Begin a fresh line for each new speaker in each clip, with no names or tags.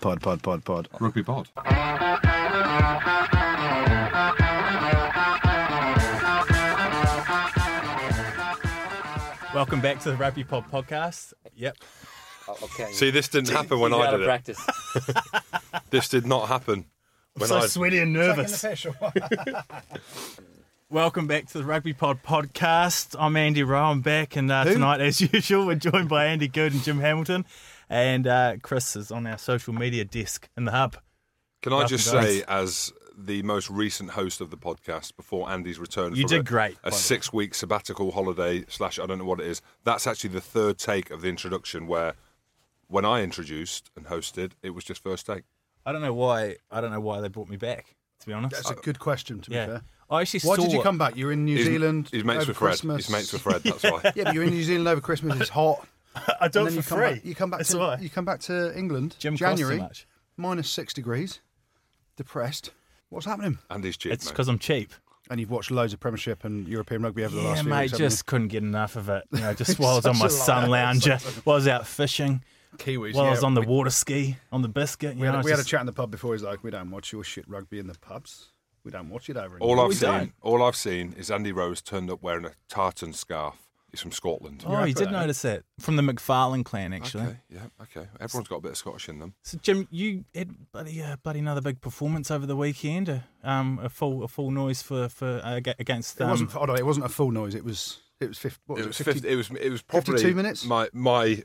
pod, pod, pod, pod.
Rugby pod.
Welcome back to the Rugby Pod podcast. Yep.
Oh, okay.
See, this didn't happen when
He's
I
out of
did it.
practice.
This did not happen when
So
I.
sweaty and nervous.
Welcome back to the Rugby Pod podcast. I'm Andy Rowe. I'm back, and uh,
Who?
tonight, as usual, we're joined by Andy Good and Jim Hamilton. And uh, Chris is on our social media desk in the hub.
Can I just
Nothing
say, as the most recent host of the podcast before Andy's return,
You
from
did
a,
great, by
A
the way.
six-week sabbatical holiday slash I don't know what it is. That's actually the third take of the introduction where, when I introduced and hosted, it was just first take.
I don't know why. I don't know why they brought me back. To be honest,
That's a good question, to be
yeah.
fair.
I actually
Why
saw.
did you come back? You were in New
He's-
Zealand.
He's mates
over
with Fred.
Christmas.
He's mates with Fred. That's why.
Yeah, but you're in New Zealand over Christmas. It's hot.
I do
and then
it
you
for
come
free.
back. You come back
That's
to
why.
you come back to England.
Jim costs too
January
much.
minus six degrees. Depressed. What's happening?
Andy's cheap,
It's
mate.
because I'm cheap.
And you've watched loads of Premiership and European rugby over the last
yeah,
few
mate,
weeks. haven't
just couldn't get enough of it. You know, just while I was
Such
on my
a
sun
liar.
lounger, while I was out fishing,
you? Kiwis.
while I
yeah.
was on the
We,
water ski, on the biscuit. You
we,
know,
had,
it's
we had a
just-
chat in the pub before. He's like, "We don't watch your shit rugby in the pubs. We don't watch it over." in
All
Europe."
I've
we
seen,
don't.
all I've seen, is Andy Rose turned up wearing a tartan scarf. He's from Scotland.
Oh, you
for
did
that.
notice that from the McFarlane clan, actually.
Okay, yeah, okay. Everyone's got a bit of Scottish in them.
So, Jim, you had bloody, uh, bloody another big performance over the weekend. Uh, um, a full, a full noise for for uh, ag- against.
It
Um,
wasn't. Hold on, it wasn't a full noise. It was. It was fifty. What was
It
it,
was
50
50, it was it was probably
52 minutes?
My my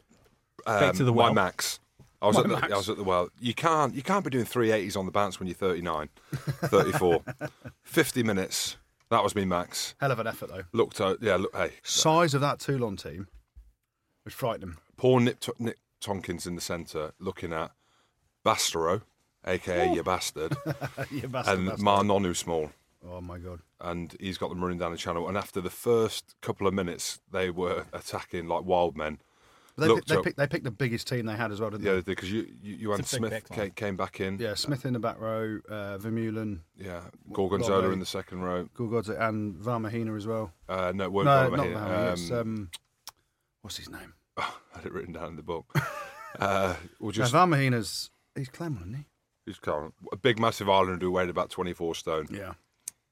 um,
Back to the well.
my max. I was
My
at the
max.
I was at the well. You can't you can't be doing 380s on the bounce when you're 39, 34, 50 minutes. That was me max.
Hell of an effort though.
Looked at yeah look hey
Size of that Toulon team was frightening.
poor Nick, T- Nick Tonkins in the centre looking at Bastero, aka your bastard,
You bastard,
and
bastard.
Marnonu Small.
oh my god.
and he's got them running down the channel. And after the first couple of minutes, they were attacking like wild men.
They,
Looked
picked, they,
up-
picked, they picked the biggest team they had as well, didn't
Yeah,
they?
because you, you, Johan
It's a big
Smith
backline.
came, came back in.
Yeah, Smith in the back row, uh, Vermeulen,
yeah. Gorgonzola
Robbo.
in the second row.
Gulgodza, and Varmahina as well.
Uh, no, it weren't
no,
Robbo
not
here.
Varmahina.
Um,
it's, um, what's his name?
I had it written down in the book. uh, we'll
No,
just
Varmahina's he's Claremont, isn't
he's can't- a big, massive Islander who weighed about 24 stone.
he? Yeah.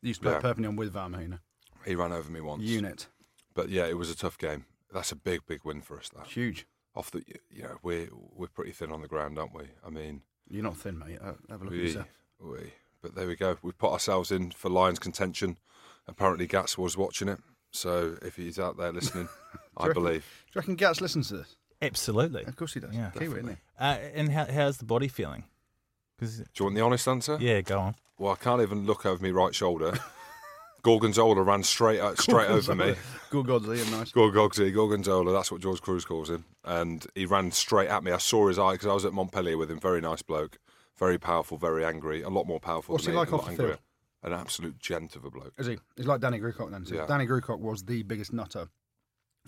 He used to play
Yeah.
at Perpignan with Varmahina.
He ran over me once.
Unit.
But yeah, it was a tough game. That's a big, big win for us. That
Huge.
off the, you know, we're we're pretty thin on the ground, aren't we? I mean,
You're not thin, mate. Uh, Have a look at
We,
yourself.
we. But there we go. We've put ourselves in for Lions contention. Apparently, Gats was watching it. So if he's out there listening, I
Terrific.
believe.
Do you reckon Gats listens to this?
absolutely.
Of course he does.
Yeah.
Kiwi, isn't he?
Uh, and how, how's the body feeling? 'Cause-
Uh,
Do you want the honest answer?
yeah, go on.
Well, I can't even look over my right shoulder. Gorgonzola ran straight o- straight over me.
Gulgodza, yeah, nice.
Gorgogsy, Gorgonzola, that's what George Cruz calls him. And he ran straight at me. I saw his eye because I was at Montpellier with him. Very nice bloke. Very powerful, very angry. A lot more powerful
What's
than
he
me,
like
a lot
off the
angrier.
field?
An absolute gent of a bloke.
Is he? He's like Danny Grucock then. So
Yeah.
Danny Grucock was the biggest nutter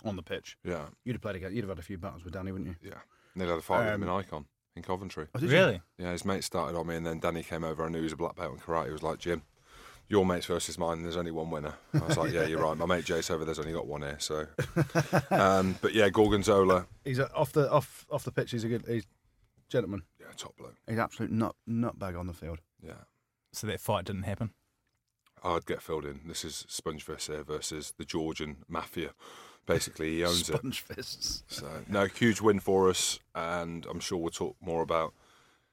on the pitch.
Yeah,
You'd have played against, you'd have had a few battles with Danny, wouldn't you?
yeah. Nearly had a fight
Um,
with him in Icon in Coventry.
Oh, did you?
Really?
Yeah, his mate started on me, and then Danny came over. I knew he was a black belt in karate. He was like, Jim, your mate's versus mine. There's only one winner. I was like, Yeah, you're right. My mate Jace over there's only got one here. So, um, but yeah, Gorgonzola,
He's a, off the off off the pitch. He's a good. He's gentleman.
yeah, top bloke.
He's absolute nut nutbag on the field.
Yeah,
So that fight didn't happen.
I'd get filled in. This is Sponge Versailles versus the Georgian mafia. Basically, he owns it.
Sponge fists.
So, no, huge win for us, and I'm sure we'll talk more about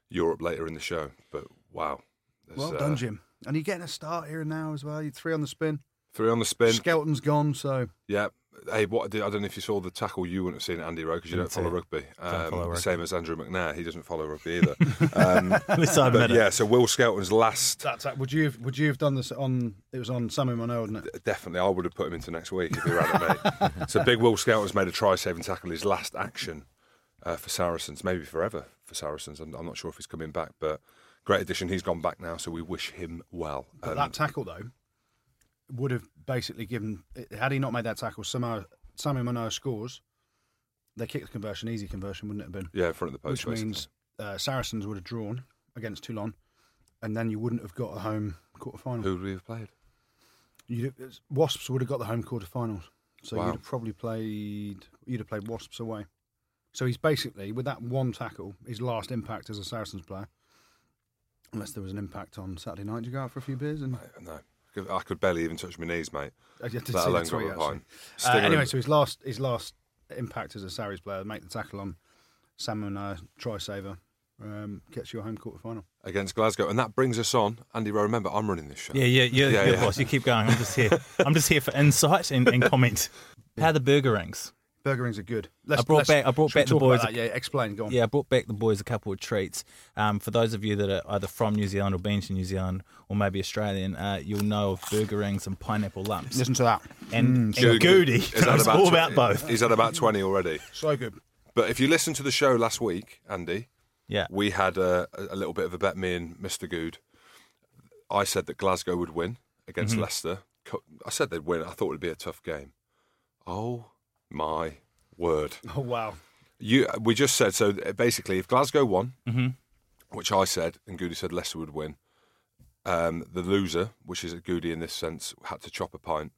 Europe later in the show. But wow, there's,
Well
uh,
done, Jim. And you're getting a start here and now as well. You're three on the spin.
Three on the spin.
Skelton's gone, so
Yeah. Hey, what I, did, I don't know if you saw the tackle. You wouldn't have seen it, Andy Rowe, because you don't
Didn't see
follow
it.
rugby. Um,
follow rugby.
Same as Andrew McNair, he doesn't follow rugby either. um,
Let's admit
but
it.
yeah, so Will Skelton's last.
that's that. Would you have, would you have done this on? It was on Sammy Manoa, wasn't it?
Definitely, I would have put him into next week if he ran at me. so big Will Skelton's made a try-saving tackle, his last action uh, for Saracens, maybe forever for Saracens. I'm, I'm not sure if he's coming back, but great addition. He's gone back now, so we wish him well.
But
Um,
that tackle though would have basically given. Had he not made that tackle, somehow Sammy Manoa scores. They kick the conversion, easy conversion, wouldn't it have been?
yeah, in front of the post.
which
basically.
means uh, Saracens would have drawn against Toulon, and then you wouldn't have got a home quarter final.
who would we have played?
You'd have- Wasps would have got the home quarter finals, so
Wow.
you'd have probably played. You'd have played Wasps away. So he's basically with that one tackle, his last impact as a Saracens player. Unless there was an impact on Saturday night, did you go out for a few beers and
Mate, no. I could barely even touch my knees, mate.
I did see
Let
the
alone
tweet,
got
actually.
behind.
Uh, anyway, so his last his last impact as a Sarries player, make the tackle on Sam and uh, try saver, um, gets you a home quarter final.
against Glasgow, and that brings us on. Andy Rowe, remember, I'm running this show.
Yeah, yeah, yeah,
Yeah,
yeah,
yeah.
boss. You keep going. I'm just here. I'm just here for insight and, and comment. How the burger rings?
Burger rings are good. Let's,
I brought
let's-
back- I brought
should we
back the
talk about
boys-
that? Yeah, explain. Go on.
Yeah, I brought back the boys a couple of treats. Um, for those of you that are either from New Zealand or been to New Zealand or maybe Australian, uh, you'll know of burger rings and pineapple lumps
Listen to that.
and, and
Dude,
goody.
he's had
It's all
tw-
about both.
He's had about 20 already.
So good.
But if you listen to the show last week, Andy,
Yeah,
we had a, a little bit of a bet, me and Mr. Good. I said that Glasgow would win against
Mm-hmm.
Leicester. Co- I said they'd win. I thought it would be a tough game. Oh, my word.
Oh wow.
You, we just said so. uh, Basically, if Glasgow won,
Mm-hmm.
which I said and Goody said Leicester would win, um, the loser, which is Goody in this sense, had to chop a pint.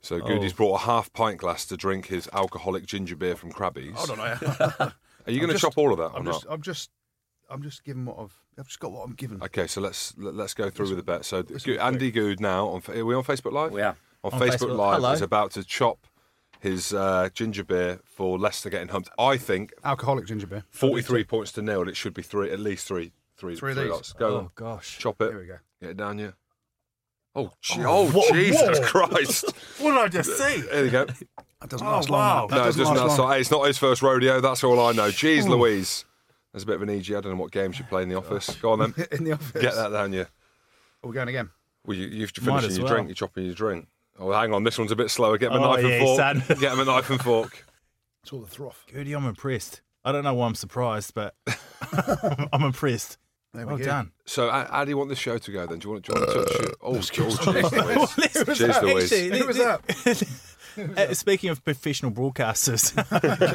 So
Oh.
Goody's brought a half pint glass to drink his alcoholic ginger beer from Krabby's.
Hold on. I,
Are you going to
just-
chop all of that or
I'm
not?
just. I'm just. I'm just giving what I've. I've just got what I'm given.
Okay, so let's let- let's go through with the bet. So
listen,
Go- Andy Good now on Fa- are we on Facebook Live?
We are.
on,
On
Facebook,
Facebook,
Live
hello.
is about to chop his uh, ginger beer for Leicester getting humped. I think
Alcoholic ginger beer.
forty-three points to nil. It should be three, at least three, three,
Three
three
of these.
lots. Go on,
Oh gosh.
chop it.
Here we go.
Get it down, yeah. Oh, gee, oh, Jesus Christ!
What did I just see?
There you go.
That doesn't
Oh,
last
wow.
long. That
no,
doesn't
just
last
not,
long.
it's, not, it's not his first rodeo. That's all I know. Jeez, Louise. There's a bit of an EG. I don't know what games you play in the office. Go on then.
In the office.
Get that down, yeah.
We're going again.
Well, you, you've
Might
finished
as
your
well.
drink. You're chopping your drink. Oh, hang on. This one's a bit slower. Get him a
Oh,
knife
yeah,
and fork.
son.
Get him a knife and fork.
It's all the throff.
Goody, I'm impressed. I don't know why I'm surprised, but I'm impressed.
There we
Well
go.
done.
So, how, how do you want this show to go then? Do you want, do you want to touch it? Oh, oh, jeez,
Let's-
Louise. Jeez, Louise.
Actually,
Who was that?
Uh, speaking of professional broadcasters,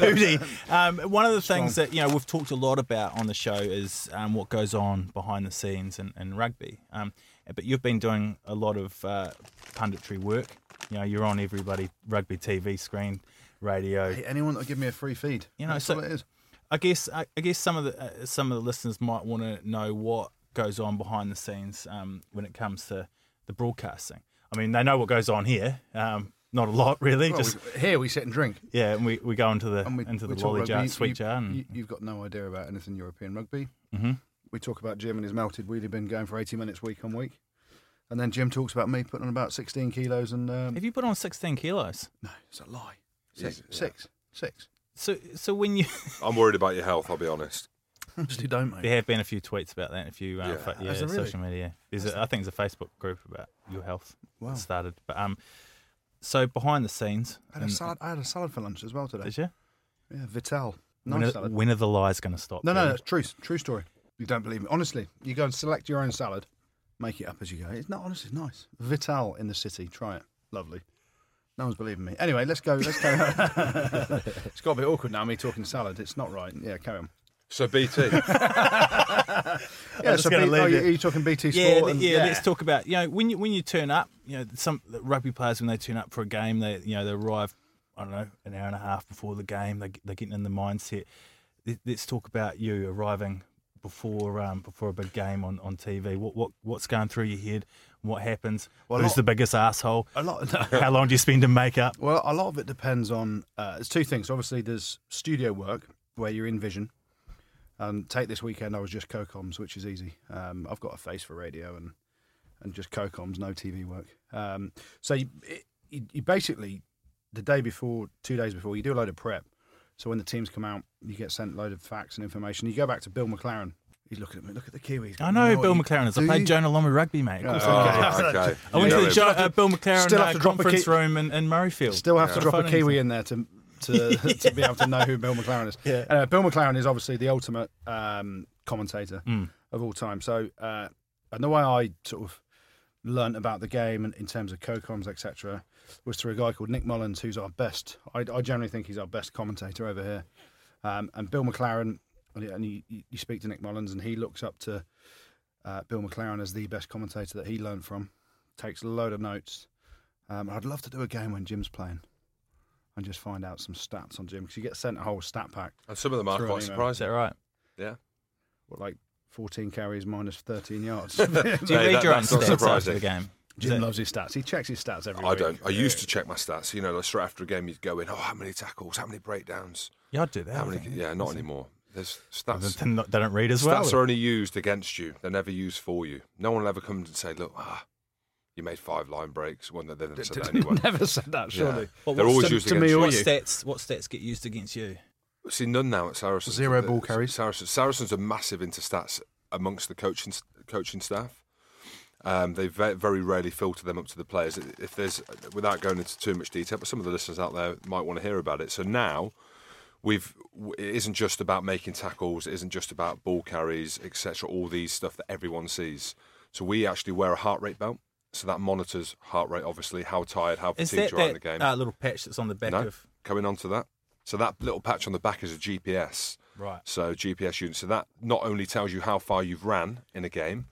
Cody, um, one of the things that you know we've talked a lot about on the show is um, what goes on behind the scenes in, in rugby. Um, but you've been doing a lot of uh, punditry work. You know, you're on everybody rugby TV screen, radio.
Hey, anyone that'll give me a free feed.
You know,
That's
so-
all it is.
I guess I, I guess some of the uh, some of the listeners might want to know what goes on behind the scenes um, when it comes to the broadcasting. I mean, they know what goes on here. Um, not a lot, really.
Well,
just
we- here we sit and drink.
yeah, and we, we go into the
and we,
into
we
the
talk
lolly
rugby.
jar,
You-
sweet
you,
jar, and
You, have got no idea about anything European rugby. Mm-hmm. We talk about Jim and his melted wheelie bin going for 80 minutes week on week. And then Jim talks about me putting on about 16 kilos and. Um,
have you put on sixteen kilos?
no, it's a lie. Six.
Yeah.
Six. Six.
So so when you
I'm worried about your health, I'll be honest.
Honestly, don't, mate.
there have been a few tweets about that, a few uh,
Yeah.
yeah, fa- yeah
Has there really?
social media. There's a, I think there's a Facebook group about your health
Wow.
that started, but um, so behind the scenes,
I had, a
and-
salad, I had a salad for lunch as well today.
did you?
Yeah, Vital.
When
Nice
are,
salad.
when are the lies going to stop?
No, no,
Kevin?
no, it's true. True story. You don't believe me. Honestly, you go and select your own salad, make it up as you go. It's not honestly nice. Vital in the city. Try it. Lovely. No one's believing me. Anyway, let's go. Let's carry on. it's got a bit awkward now, me talking salad. It's not right. Yeah, carry on.
So, BT.
Yeah,
just gonna
B- oh,
leave
you-
it.
are you talking BT Sport?
yeah, le-
and-
yeah, Let's talk about you know when you when you turn up, you know some the rugby players when they turn up for a game, they you know they arrive, I don't know, an hour and a half before the game. They they're getting in the mindset. Let- Let's talk about you arriving before um before a big game on, on TV. What what what's going through your head? What happens?
Well, a
Who's
lot-
the biggest asshole?
A lot. no.
How long do you spend in makeup?
Well, a lot of it depends on. Uh, there's two things. Obviously, there's studio work where you're in vision. Um, take this weekend, I was just co-coms, which is easy. Um, I've got a face for radio and and just co-coms, no TV work. Um, so you, it, you, you basically the day before, two days before, you do a load of prep. So when the teams come out, you get sent a load of facts and information. You go back to Bill McLaren. He's looking at me. Look at the Kiwis.
I know
what
Bill
you-
McLaren is. I
do
played
you-
Jonah Lomu rugby, mate. Of course I did.
Oh, okay.
I went
You know
to the
him.
jo- uh, Bill McLaren
Still have
uh,
to drop a
conference
key-
room in, in Murrayfield.
Still have to
Yeah.
drop a
Phoning
Kiwi in there to to, to be able to know who Bill McLaren is.
Yeah.
Uh, Bill McLaren is obviously the ultimate um, commentator of all time. So, uh, and the way I sort of learnt about the game in, in terms of co-coms, etc., was through a guy called Nick Mullins, who's our best. I, I generally think he's our best commentator over here. Um, and Bill McLaren, and you- and you, you speak to Nick Mullins, and he looks up to uh, Bill McLaren as the best commentator that he learned from. Takes a load of notes. Um, I'd love to do a game when Jim's playing. and just find out some stats on Jim because you get sent a whole stat pack.
And some of them are
Through an
quite
email.
Is
surprising.
that right?
Yeah.
What, like 14 carries minus 13 yards.
Do you
Hey,
read
that-
your own
that's not
stats after
surprising.
the game? Is
Jim
it-
loves his stats. He checks his stats every
I
week.
don't. I used to check my stats. You know, like straight after a game, you'd go in. Oh, how many tackles? How many breakdowns?
Yeah, I'd do that.
How
I
many?
think.
Yeah, not anymore. There's stats.
Then not- They don't read as well.
Stats are only used against you. They're never used for you. No one will ever come and say, "Look, ah, you made five line breaks." One that they never said that anyway.
Never said that,
Yeah.
surely.
But
They're
what's
always
the-
used
to
against
me
you.
or-
What
you.
stats? What stats get used against you?
See, none now at Saracens.
Zero
The-
ball carries.
Saracens. Saracens are massive into stats amongst the coaching coaching staff. Um, they ve- very rarely filter them up to the players. If there's, without going into too much detail, but some of the listeners out there might want to hear about it. So now, we've w- it isn't just about making tackles, it isn't just about ball carries, etc. All these stuff that everyone sees. So we actually wear a heart rate belt, so that monitors heart rate, obviously, how tired, how
Is
fatigued
that
you are in the
that
game.
uh, little patch that's on the back
No.
of?
Coming on to that, so that little patch on the back is a GPS.
Right.
So GPS unit. So that not only tells you how far you've ran in a game,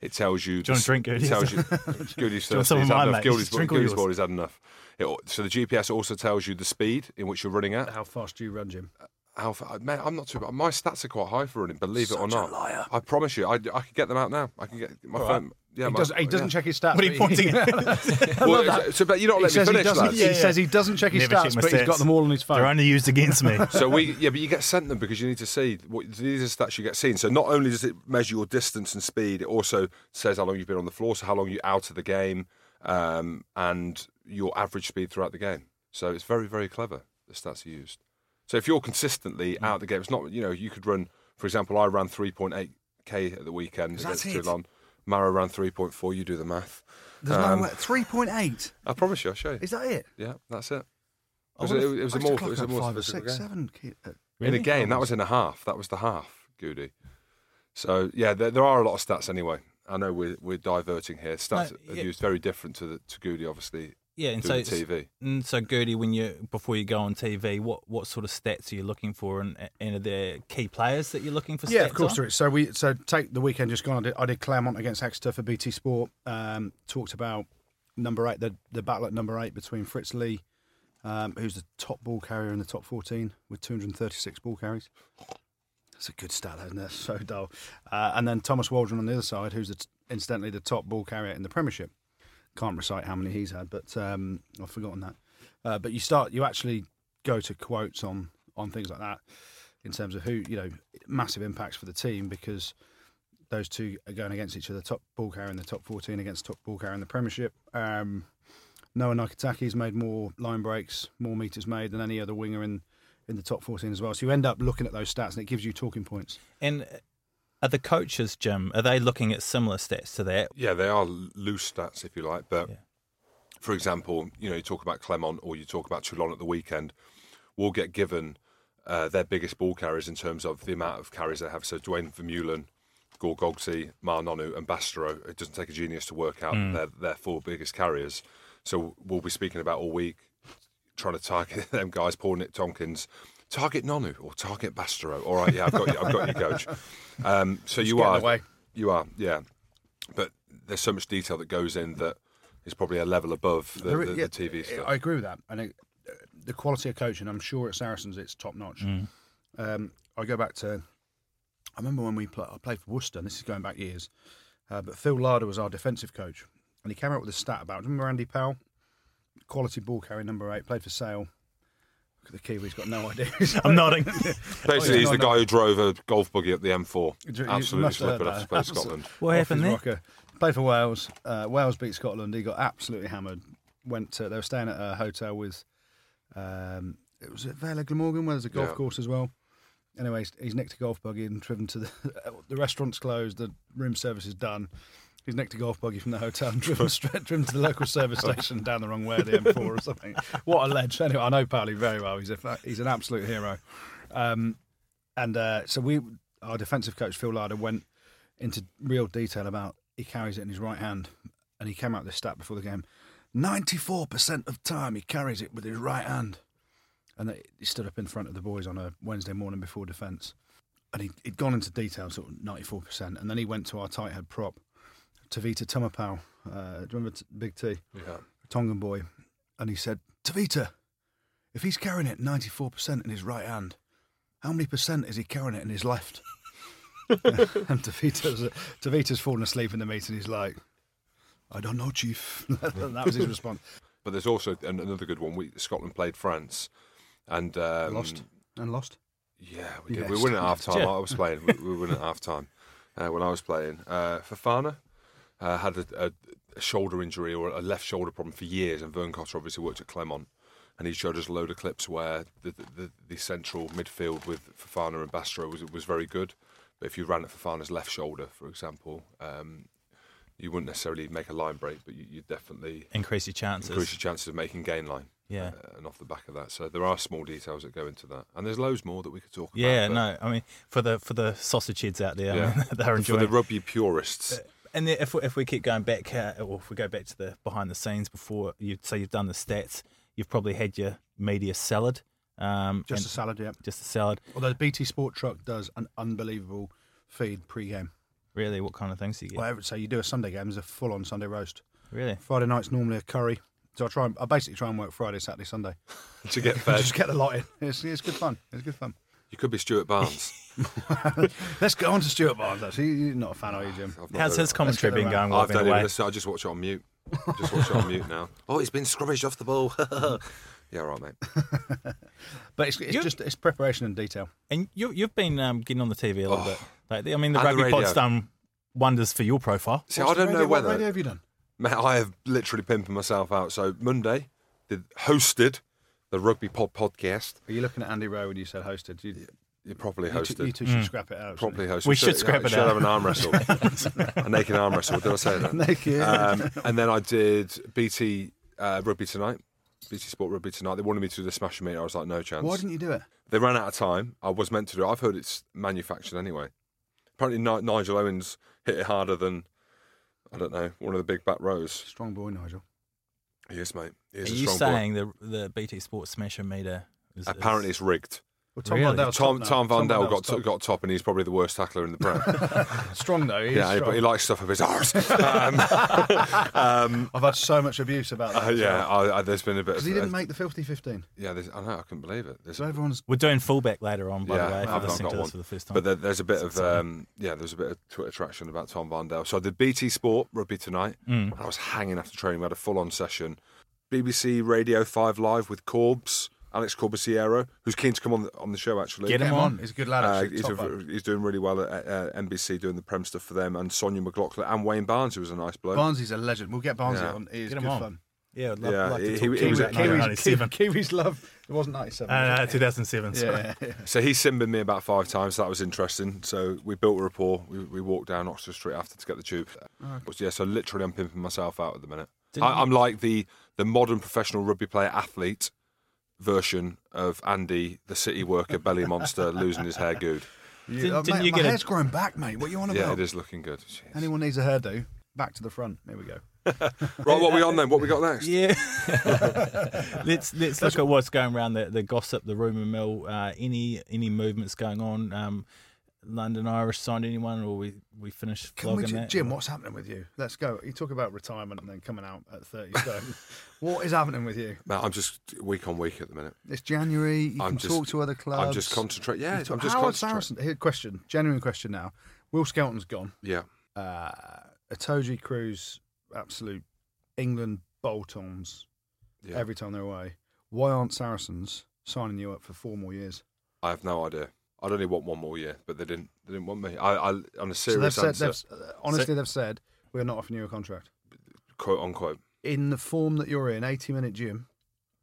it tells you.
Do you want a drink, Goody?
It tells you. Goody's
Do you want
thirsty.
some of
He's
mine,
had enough.
mate?
Goody's,
Just drink all
Goody's
yours.
already had enough. It, al- so the GPS also tells you the speed in which you're running at.
How fast do you run, Jim?
How far, man, I'm not too. bad. My stats are quite high for running. Believe it or
Such a
not.
liar.
I promise you, I, I could get them out now. I can get my
All right.
phone. Yeah,
he,
my,
does, he doesn't check his stats.
What are
but
you pointing
he,
at?
Yeah. Well, so, but you're not
he
letting me
says, he
finish,
doesn't,
lads.
he says he doesn't check his
Never check
stats,
my
but he's
stats.
got them all on his
They're
phone.
only used against me.
So we, yeah, but you get sent them because you need to see what these are stats you get seen. So not only does it measure your distance and speed, it also says how long you've been on the floor, so how long you're out of the game, um, and your average speed throughout the game. So it's very, very clever the stats are used. So if you're consistently
Mm.
out of the game, it's not you know you could run. For example, I ran 3.8k at the weekend
that
against
it?
Toulon. Mara ran 3.4. You do the math.
There's
Um,
no way. 3.8.
I promise you, I'll show you.
Is that it?
Yeah, that's it.
I
It was,
would've- I
it was a
used to
more.
clock
It was a
out
more
five or
physical
six,
game.
seven. ki- uh,
In a
Oh.
game, that was in a half. That was the half, Goody. So yeah, there, there are a lot of stats anyway. I know we're we're diverting here. Stats
No,
are
yeah.
used very different to the to Goody, obviously,
yeah, and so
doing
it's-
TV.
and so Gertie, when you before you go on TV, what what sort of stats are you looking for, and and are there key players that you're looking for?
Yeah,
stats
of course
on?
there is. So we so take the weekend just gone. I did, I did Claremont against Exeter for BT Sport. Um, talked about number eight, the the battle at number eight between Fritz Lee, um, who's the top ball carrier in the top fourteen with 236 ball carries. That's a good stat, isn't it? So dull. Uh, and then Thomas Waldron on the other side, who's the t- incidentally the top ball carrier in the Premiership. Can't recite how many he's had, but um, I've forgotten that. Uh, but you start, you actually go to quotes on on things like that in terms of who you know massive impacts for the team because those two are going against each other. Top ball carrier in the top 14 against top ball carrier in the Premiership. Um, Noah Nakataki's made more line breaks, more meters made than any other winger in in the top 14 as well. So you end up looking at those stats and it gives you talking points.
And are the coaches, Jim? Are they looking at similar stats to that?
Yeah, they are loose stats, if you like. But
Yeah.
for example, you know, you talk about Clermont or you talk about Toulon at the weekend, will get given uh, their biggest ball carriers in terms of the amount of carries they have. So Dwayne Vermeulen, Gorgogsi, Marnonu, and Bastero. It doesn't take a genius to work out
Mm.
their, their four biggest carriers. So we'll be speaking about all week, trying to target them guys, Paul Nick Tompkins. Target Nonu or target Bastero. All right, yeah, I've got you. I've got you, coach. Um, so you
get in
are,
the way.
you are, yeah. But there's so much detail that goes in that is probably a level above the,
There-
the,
yeah,
the TV stuff.
I agree with that. And it, the quality of coaching, I'm sure at Saracens, it's top notch. Um, I go back to, I remember when we pl- I played for Worcester, and this is going back years, uh, but Phil Larder was our defensive coach, and he came out with a stat about, remember Andy Powell? Quality ball carry number eight, played for Sale. Look at the Kiwi's got no idea.
I'm nodding.
Basically,
Oh, yeah.
he's
No,
the
no.
guy who drove a golf buggy up the M4.
You- you
Absolutely
must have heard
slippered after
that.
playing Scotland.
What
off
happened
his
there?
rocker. Played for Wales. Uh, Wales beat Scotland. He got absolutely hammered. Went to they were staying at a hotel with um, it was at Vale of Glamorgan where there's a golf
Yeah.
course as well. Anyway, he's, he's nicked a golf buggy and driven to the the restaurant's closed. The room service is done. He's nicked a golf buggy from the hotel and driven straight driven to the local service station down the wrong way, the M4 or something. What a ledge! Anyway, I know Paulie very well. He's a, he's an absolute hero. Um, and uh, so we, our defensive coach Phil Larder went into real detail about he carries it in his right hand, and he came out with this stat before the game: ninety-four percent of time he carries it with his right hand. And that he stood up in front of the boys on a Wednesday morning before defence, and he, he'd gone into detail, sort of ninety-four percent, and then he went to our tight head prop, Tavita Tumapau. Uh, do you remember t- Big T?
Yeah.
Tongan boy, and he said, Tavita, if he's carrying it 94% in his right hand, how many percent is he carrying it in his left? and Tavita's, Tavita's fallen asleep in the meeting. He's like, I don't know, Chief. that was his response.
But there's also an, another good one. We Scotland played France, and um,
Lost Mm. and lost.
Yeah, we did.
Yeah,
we won at half time.
yeah.
I was playing. We, we won at half time uh, when I was playing. Uh, Fafana uh, had a, a, a shoulder injury or a left shoulder problem for years, and Vern Cotter obviously worked at Clermont. And he showed us a load of clips where the the, the, the central midfield with Fafana and Bastro was was very good, but if you ran at Fafana's left shoulder, for example, um, you wouldn't necessarily make a line break, but you, you'd definitely
Increase your chances.
increase your chances of making gain line
yeah.
uh, and off the back of that. So there are small details that go into that, and there's loads more that we could talk about.
Yeah,
but
no, I mean for the for the sausage heads out there,
Yeah.
I mean, they're
For
enjoying.
the rugby purists,
and then if we, if we keep going back, uh, or if we go back to the behind the scenes before you say you've done the stats, you've probably had your media salad, um,
Just
and-
a salad, yeah.
just a salad.
Although the BT Sport Truck does an unbelievable feed pre-game.
Really, what kind of things do you get?
Well, every- so you do a Sunday game, there's a full-on Sunday roast.
Really,
Friday night's normally a curry. So I try and I basically try and work Friday, Saturday, Sunday.
to get fed,
Just get a lot in. It's, it's good fun. It's good fun.
you could be Stuart Barnes.
Let's go on to Stuart Barnes. Actually, you're not a fan, are you, Jim?
I've not
how's
heard
his
it.
commentary
Let's get
been
around.
going? While
I've
I've been
done it.
away?
Listen, I just watch it on mute. Just watch it on mute now. Oh, he's been scrubbaged off the ball. yeah, right, mate.
But it's, it's
You-
just it's preparation and detail.
And you you've been um, getting on the TV a little
Oh.
bit. Like, I mean, the
And the
rugby pod's
radio.
done wonders for your profile.
See,
What's
I
the
don't
radio-
know
what
whether
radio have you done?
Mate, I have literally pimping myself out. So Monday, did hosted the Rugby Pod podcast.
Are you looking at Andy Rowe when you said hosted? You,
You properly
you, two,
hosted.
you two
Mm.
should scrap it out.
properly hosted.
We should scrap it
should
out.
have an arm wrestle, a naked arm wrestle. Did I say that?
Naked.
Um, and then I did BT uh, Rugby Tonight, BT Sport Rugby Tonight. They wanted me to do the Smash Meter. I was like, no chance.
Why didn't you do it?
They ran out of time. I was meant to do it. I've heard it's manufactured anyway. Apparently, Ni- Nigel Owens hit it harder than, I don't know, one of the big back rows.
Strong boy, Nigel.
He is, mate. He
Are
is a
you
strong boy.
saying the the BT Sports Smasher meter? Is,
Apparently,
is,
it's rigged.
Well, Tom
Really?
Vondell's
Tom,
top
Tom
now.
Van Dell got,
Vondell's
top. got top, and he's probably the worst tackler in the Prem.
top. strong though. He is
yeah,
strong.
but he likes stuff of his arse. um, um,
I've had so much abuse about that.
uh, yeah, I, I, there's been a bit of.
because he didn't
uh,
make the filthy fifteen.
yeah, there's, I know, I couldn't believe it. There's
So everyone's
we're doing fullback later on. By
Yeah,
the way, if
I've not
you're listening
got
to this
one.
for the first time.
But there, there's a bit of
exciting.
um, yeah, there's a bit of Twitter traction about Tom Varndale. So I did BT Sport rugby tonight.
Mm.
and I was hanging after training. We had a full on session. BBC Radio Five Live with Corbs, Alex Corbisiero, who's keen to come on the, on the show actually.
Get him on.
He's a good lad.
Uh,
actually,
he's,
top
a-
lad.
he's doing really well at uh, NBC doing the Prem stuff for them, and Sonia McLaughlin and Wayne Barnes, who was a nice bloke.
Barnsley's a legend. We'll get Barnsley
Yeah.
on. He is
Get him
good
on.
fun.
yeah, I'd love,
yeah,
like to
he-
talk
he-
to
he
you
was
about
at
Kiwis-
1997.
Kiwis, Kiwis love. It wasn't ninety-seven.
Uh,
was
no,
it?
2007. Sorry.
yeah. yeah.
So he simbered me about five times. That was interesting. So we built a rapport. We, we walked down Oxford Street after to get the tube.
Oh,
But yeah, so literally I'm pimping myself out at the minute.
Didn't
I, I'm like the the modern professional rugby player athlete version of Andy, the city worker belly monster, losing his hair good.
You,
Didn't-
oh,
didn't
mate,
you
my
get a-
hair's growing back, mate. What you on about?
Yeah, it is looking good. Jeez.
Anyone needs a hairdo? Back to the front. There we go.
Right, what we on then? What we got next?
Yeah. let's let's look at what's going around the, the gossip, the rumour mill. Uh, any any movements going on? Um, London Irish signed anyone, or we we finished
Can we,
vlogging
ju-
that?
Jim, what's happening with you? Let's go. You talk about retirement and then coming out at 30 stone. what is happening with you?
Matt, I'm just week on week at the minute.
It's January. You
I'm
can
just-
talk to other clubs.
I'm just concentrating. Yeah,
You talk-
I'm just
Howard
concentrating.
Saracen. Here, question. Genuine question now. Will Skelton's gone.
Yeah.
Uh, Atoji Cruz, absolute England bolt-ons
Yeah.
every time they're away. Why aren't Saracens signing you up for four more years?
I have no idea. I'd only want one more year, but they didn't. They didn't want me. I, I on a
So they've
serious
said,
answer,
they've, uh, honestly, they've said we're not offering you a contract
quote unquote.
in the form that you're in. 80-minute Jim.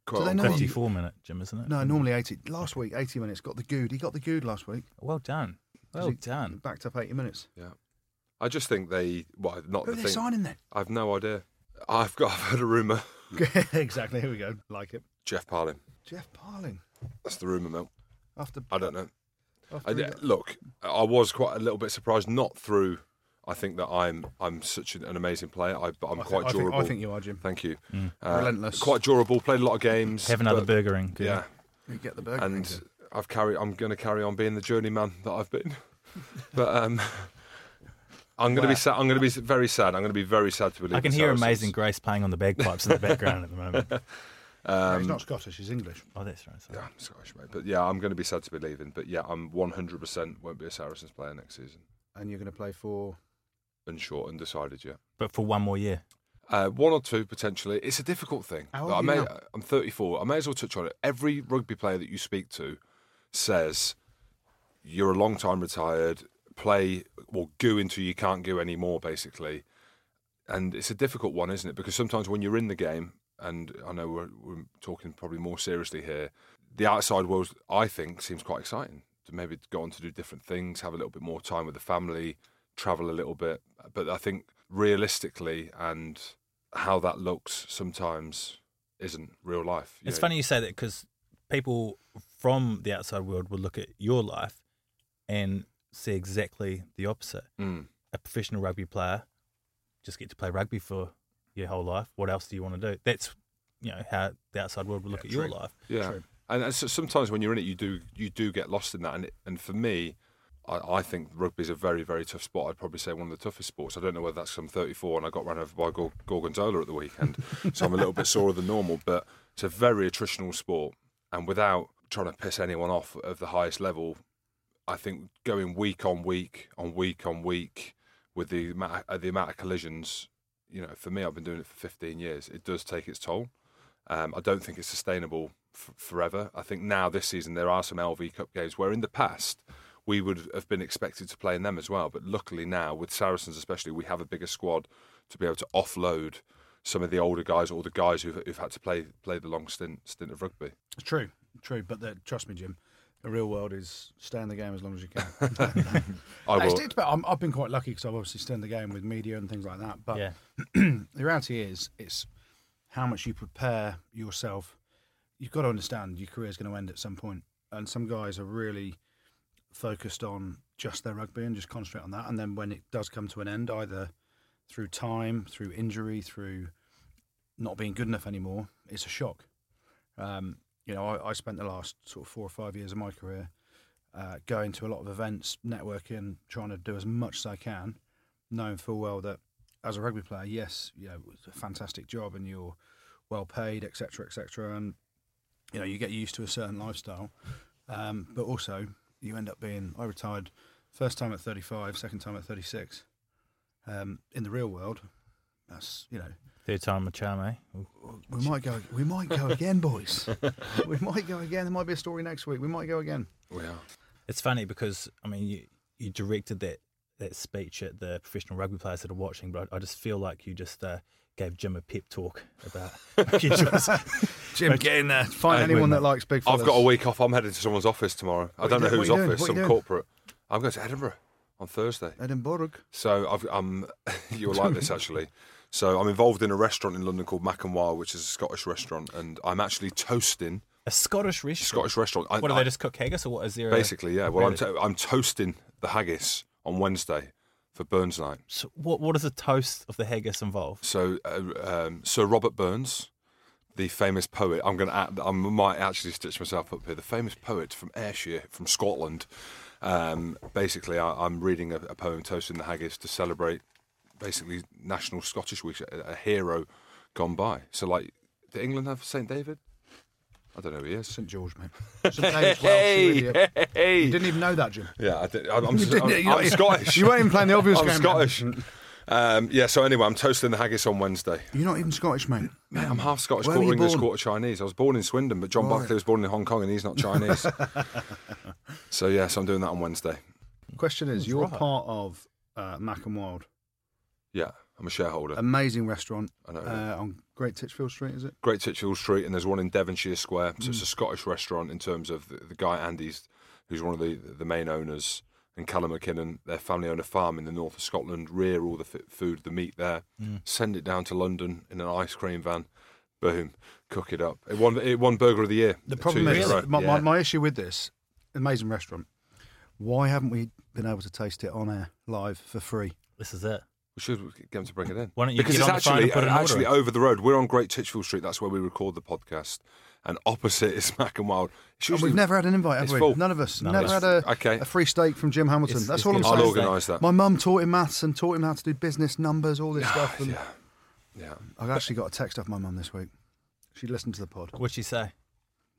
Quote
they know
unquote.
you-
54 minute, Jim, isn't it?
No, normally 80. Last week, 80 minutes. Got the good. He got the good last week.
Well done. Well
Is it-
done.
Backed up 80 minutes.
I just think they. Well, not
Who are
the
they
thing.
signing then?
I've no idea. I've got. I've heard a rumor.
exactly. Here we go. Like it.
Jeff Parlin.
Jeff Parling.
That's the rumor mill.
After,
I don't know.
after
I,
he got-
look, I was quite a little bit surprised. Not through. I think that I'm. I'm such an, an amazing player. I, but I'm
I thi-
quite
I think,
durable.
I think you are, Jim.
Thank you.
Mm.
Uh,
Relentless.
Quite durable. Played a lot of games.
Have another
but-
burger in. Good.
Yeah,
You get the burger.
and I've carry. I'm going to carry on being the journeyman that I've been. but um, I'm going to be sad. I'm going to be very sad. I'm going to be very sad to believe.
I can
the
hear
Saracens.
Amazing Grace playing on the bagpipes in the background at the moment.
No,
um,
he's not Scottish. He's English.
Oh, that's right. Sorry.
Yeah, I'm Scottish, mate. But yeah, I'm going to be sad to be leaving. But yeah, I'm 100% won't be a Saracens player next season.
And you're going to play for.
Unsure, undecided yet.
But for one more year.
Uh, one or two potentially. It's a difficult thing.
How old
But I
are you
may,
now?
I'm 34. I may as well touch on it. Every rugby player that you speak to says you're a long time retired. Play or go until you can't go anymore, basically. And it's a difficult one, isn't it? Because sometimes when you're in the game, and I know we're, we're talking probably more seriously here, the outside world, I think, seems quite exciting to maybe go on to do different things, have a little bit more time with the family, travel a little bit. But I think realistically and how that looks sometimes isn't real life. You
It's
know,
funny you say that because people from the outside world would look at your life and see exactly the opposite.
Mm.
A professional rugby player just get to play rugby for your whole life. What else do you want to do? That's you know how the outside world would look at your life.
Yeah,
True.
and, and so sometimes when you're in it, you do you do get lost in that. And it, and for me, I, I think rugby is a very very tough sport. I'd probably say one of the toughest sports. I don't know whether that's from 34 and I got run over by Gor- Gorgonzola at the weekend, so I'm a little bit sorer than normal. But it's a very attritional sport, and without trying to piss anyone off of the highest level, I think going week on week on week on week with the amount, uh, the amount of collisions, you know, for me, I've been doing it for 15 years. It does take its toll. Um, I don't think it's sustainable f- forever. I think now this season there are some LV Cup games where in the past we would have been expected to play in them as well, but luckily now with Saracens especially we have a bigger squad to be able to offload some of the older guys or the guys who've, who've had to play play the long stint stint of rugby.
It's true. True. But the, trust me, Jim, the real world is stay in the game as long as you can.
I
It's-
will.
it's about- I'm, I've been quite lucky because I've obviously stayed in the game with media and things like that. But
yeah,
the reality is, it's how much you prepare yourself. You've got to understand your career is going to end at some point, and some guys are really focused on just their rugby and just concentrate on that. And then when it does come to an end, either through time, through injury, through not being good enough anymore, it's a shock. Um, you know, I, I spent the last sort of four or five years of my career uh, going to a lot of events, networking, trying to do as much as I can, knowing full well that as a rugby player, yes, you know, it's a fantastic job and you're well paid, etc., etc., and you know you get used to a certain lifestyle, um, but also you end up being. I retired first time at 35, second time at 36. Um, in the real world, that's you know
third time a charm, eh? Ooh.
we might go we might go again, boys. we might go again. There might be a story next week. We might go again.
we are.
It's funny because I mean you you directed that that speech at the professional rugby players that are watching, but I, I just feel like you just uh, gave Jim a pep talk about Jim's-
Jim, get in there. Find
Hey,
anyone
wait,
that likes big.
I've
fellas.
got a week off. I'm headed to someone's office tomorrow. I
What
don't
you
know
doing? What
whose
you doing?
office.
What you
Some
doing?
corporate. I'm going to Edinburgh on Thursday.
Edinburgh.
So I've um, you'll like this actually. So I'm involved in a restaurant in London called Mac and Wild, which is a Scottish restaurant, and I'm actually toasting
a Scottish restaurant.
Scottish restaurant. I-
What do
I-
they just cook haggis or what is there? a-
basically, yeah. Well, I'm,
Really?
to- I'm toasting the haggis on Wednesday for Burns Night.
So what what does a toast of the haggis involve?
So uh, um, Sir Robert Burns, the famous poet. I'm going to. I might actually stitch myself up here. The famous poet from Ayrshire, from Scotland. Um, basically, I, I'm reading a, a poem, toasting the haggis, to celebrate basically National Scottish Week, a, a hero gone by. So, like, did England have Saint David? I don't know who he is.
St George, mate. St James Welsh. You idiot. You didn't even know that, Jim.
Yeah, I did, I'm, I'm,
You didn't-
I'm,
you-
I'm Scottish.
You weren't even playing the obvious
I'm
game.
Scottish. Um, yeah, so anyway, I'm toasting the haggis on Wednesday.
You're not even Scottish, mate.
Mate, I'm half Scottish,
Um, Where were
quarter
you
English,
born?
quarter Chinese. I was born in Swindon, but John
Right.
Buckley was born in Hong Kong and he's not Chinese. so, yeah, so I'm doing that on Wednesday.
Question is, you're
right.
part of uh, Mac and Wild,
Yeah, I'm a shareholder.
amazing restaurant
I know.
Um, uh, on Great Titchfield Street, is it?
Great Titchfield Street, and there's one in Devonshire Square. So
Hmm.
it's a Scottish restaurant in terms of the, the guy Andy's, who's one of the, the main owners, and Callum McKinnon. Their family own a farm in the north of Scotland, rear all the f- food, the meat there,
Hmm.
send it down to London in an ice cream van. Boom, cook it up. It won, it won Burger of the Year.
The
two
problem
years
is,
in a row.
my, my,
Yeah.
my issue with this amazing restaurant. Why haven't we been able to taste it on air live for free?
This is it.
We should get them to bring it in.
Why don't you
because
get
it's
on the phone
actually,
and put an order
actually
in?
over the road. We're on Great Titchfield Street. That's where we record the podcast. And opposite is Mac and Wild. It's
And
usually-
we've never had an invite, have
it's
we?
full.
None of us.
None of
never
us.
had a,
Okay.
a free steak from Jim Hamilton.
It's-
That's
it's
all I'm
the
I'll
saying.
organise
organise that.
My mum taught him maths and taught him how to do business, numbers, all this stuff. And
yeah, yeah.
I've actually got a text off my mum this week. She listened to the pod.
What'd she say?
I'm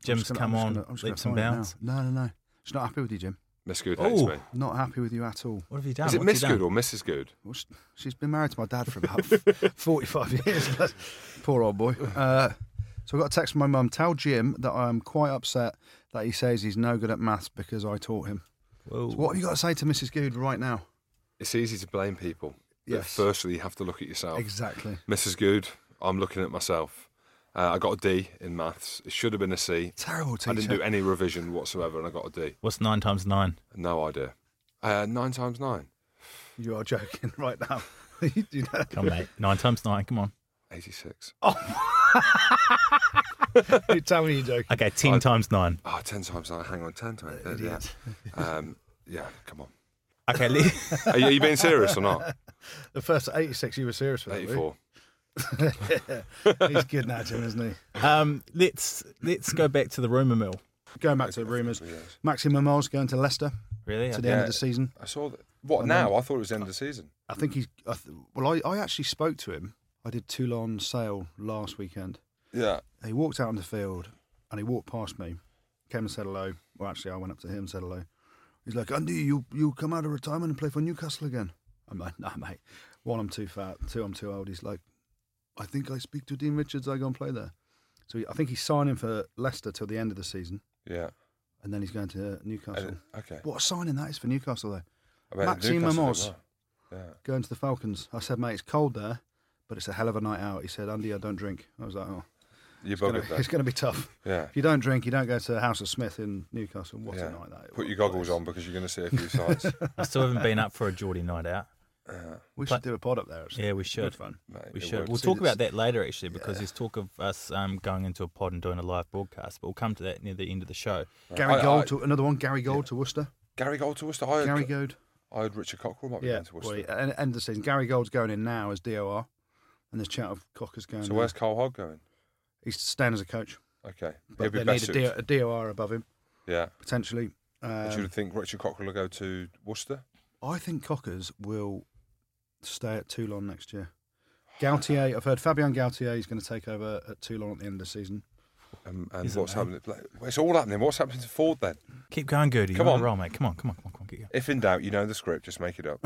Jim's
just gonna-
come
I'm
on
just gonna- I'm just gonna
leaps and
find it
bounds.
now. No, no, no. She's not happy with you, Jim.
Miss Good hates
Oh.
me.
Not happy with you at all.
What have you done?
Is it
What's he
Miss
done?
Good or Mrs. Good?
Well, sh- she's been married to my dad for about 45 years. That's- Poor old boy. Uh, so I got a text from my mum. Tell Jim that I'm quite upset that he says he's no good at maths because I taught him.
Whoa.
So what have you got to say to Mrs. Good right now?
It's easy to blame people. but
Yes.
Firstly, you have to look at yourself.
Exactly.
Mrs. Good, I'm looking at myself. Uh, I got a D in maths. It should have been a C.
Terrible teacher.
I didn't do any revision whatsoever, and I got a D.
What's nine times nine?
No idea. Uh, nine times nine.
You are joking right now. You do that.
Come on, mate. Nine times nine. Come on.
86.
You tell me you're joking.
Okay, ten times nine.
Oh, 10 times nine. Hang on, 10 times nine. Yeah. Um, yeah, come on.
Okay, le-
Are you, are you being serious or not?
The first 86, you were serious for that. were you?
84.
He's good now, Jim, isn't he?
um, let's let's go back to the rumor mill.
Going back to the rumours, Maxim Miles going to Leicester
Really?
to the end
Yeah.
of the season.
I saw that. What, now? I thought it was the end of the season.
I think he's. I th- well, I, I actually spoke to him. I did Toulon sale last weekend.
Yeah.
And he walked out on the field and he walked past me, came and said hello. Well, actually, I went up to him and said hello. He's like, Andy, you you come out of retirement and play for Newcastle again. I'm like, nah, mate. One, I'm too fat. Two, I'm too old. He's like, I think I speak to Dean Richards. I go and play there. So he, I think he's signing for Leicester till the end of the season,
Yeah.
and then he's going to Newcastle.
And- okay.
What a signing that is for Newcastle, though.
I bet
Maxime
Newcastle did
Amos.
well. Yeah.
Going to the Falcons. I said, mate, it's cold there, but it's a hell of a night out. He said, Andy, I don't drink. I was like, oh,
You
it's gonna-
buggered
it's
that.
going to be tough.
Yeah.
If you don't drink, you don't go to the House of Smith in Newcastle. What
Yeah.
a night that
Put
was.
your goggles on because you're going to see a few sights. Uh,
I still haven't been up for a Geordie night out.
We should do a pod up there. Actually.
Yeah, we should.
Good fun.
Mate,
We
it
should.
works.
We'll
See,
talk about
that's-
that later, actually, because there's talk of us um, going into a pod and doing a live broadcast, but we'll come to that near the end of the show.
Gary
I-
Gold
I-
to another one. Gary Gold to Worcester.
Gary Gold to Worcester. I heard,
Gary Gold.
I heard Richard Cockrell might be
Yeah.
going to
Well,
Worcester.
end, end of the season. Gary Gold's going in now as DOR, and there's chat of Cocker's going.
so
in.
where's Carl Hogg going?
He's staying as a coach,
Okay. He'll
but
be
they
best
need a,
suited.
D- a DOR above him
Yeah.
potentially. Um,
Do you think Richard Cockrell will go to Worcester?
I think Cockers will stay at Toulon next year. Gaultier, I've heard Fabian Gaultier is going to take over at Toulon at the end of the season.
Um, and
Isn't
what's
it?
happening? like, It's all happening. What's happening to Ford then?
Keep going, Gertie.
Come
Come on,
on.
roll, mate. Come on, come on, come on, come on. Get going.
If in doubt, you know the script. Just make it up.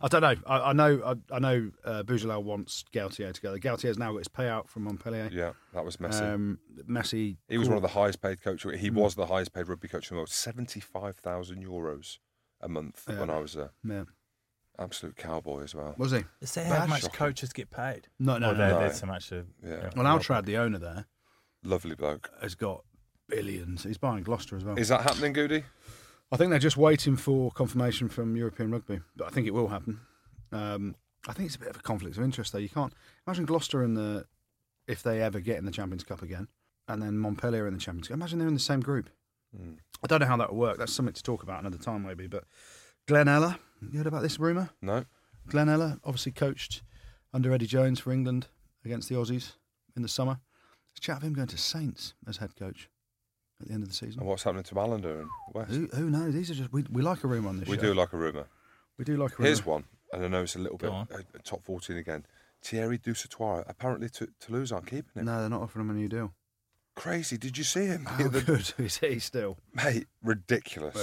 I don't know. I, I know. I, I know. Uh, Bujalel wants Gaultier to go. Gaultier's now got his payout from Montpellier.
Yeah, that was messy.
Um, Messi.
he was one of the highest paid coaches.
Hmm.
He was the highest paid rugby coach in the world. Seventy five thousand euros a month
Yeah.
when I was there.
Yeah.
Absolute cowboy as well.
Was he?
Is that
That's
how much
shocking.
coaches get paid?
No, no,
oh,
no.
that-
no.
no.
that's so much. Of,
Yeah.
Well, Altrad, the owner there,
Lovely bloke.
has got billions. He's buying Gloucester as well.
Is that happening, Goody?
I think they're just waiting for confirmation from European Rugby, but I think it will happen. Um, I think it's a bit of a conflict of interest though. You can't imagine Gloucester in the if they ever get in the Champions Cup again, and then Montpellier in the Champions Cup. Imagine they're in the same group. I don't know how that will work. That's something to talk about another time maybe. But Glenn Eller, you heard about this rumor?
No.
Glenn Eller obviously coached under Eddie Jones for England against the Aussies in the summer. There's chat of him going to Saints as head coach at the end of the season.
And what's happening to Malander and West?
Who, who knows? These are just we, we like a room on this
we
show.
do like a rumor.
We do like a
Here's
rumor.
one, and I know it's a little bit
Go
uh, top fourteen again. Thierry Dusatoir. Apparently, T- Toulouse aren't keeping him.
No, they're not offering him a new deal.
Crazy. Did you see him?
How
The-
good is he still?
Mate, ridiculous.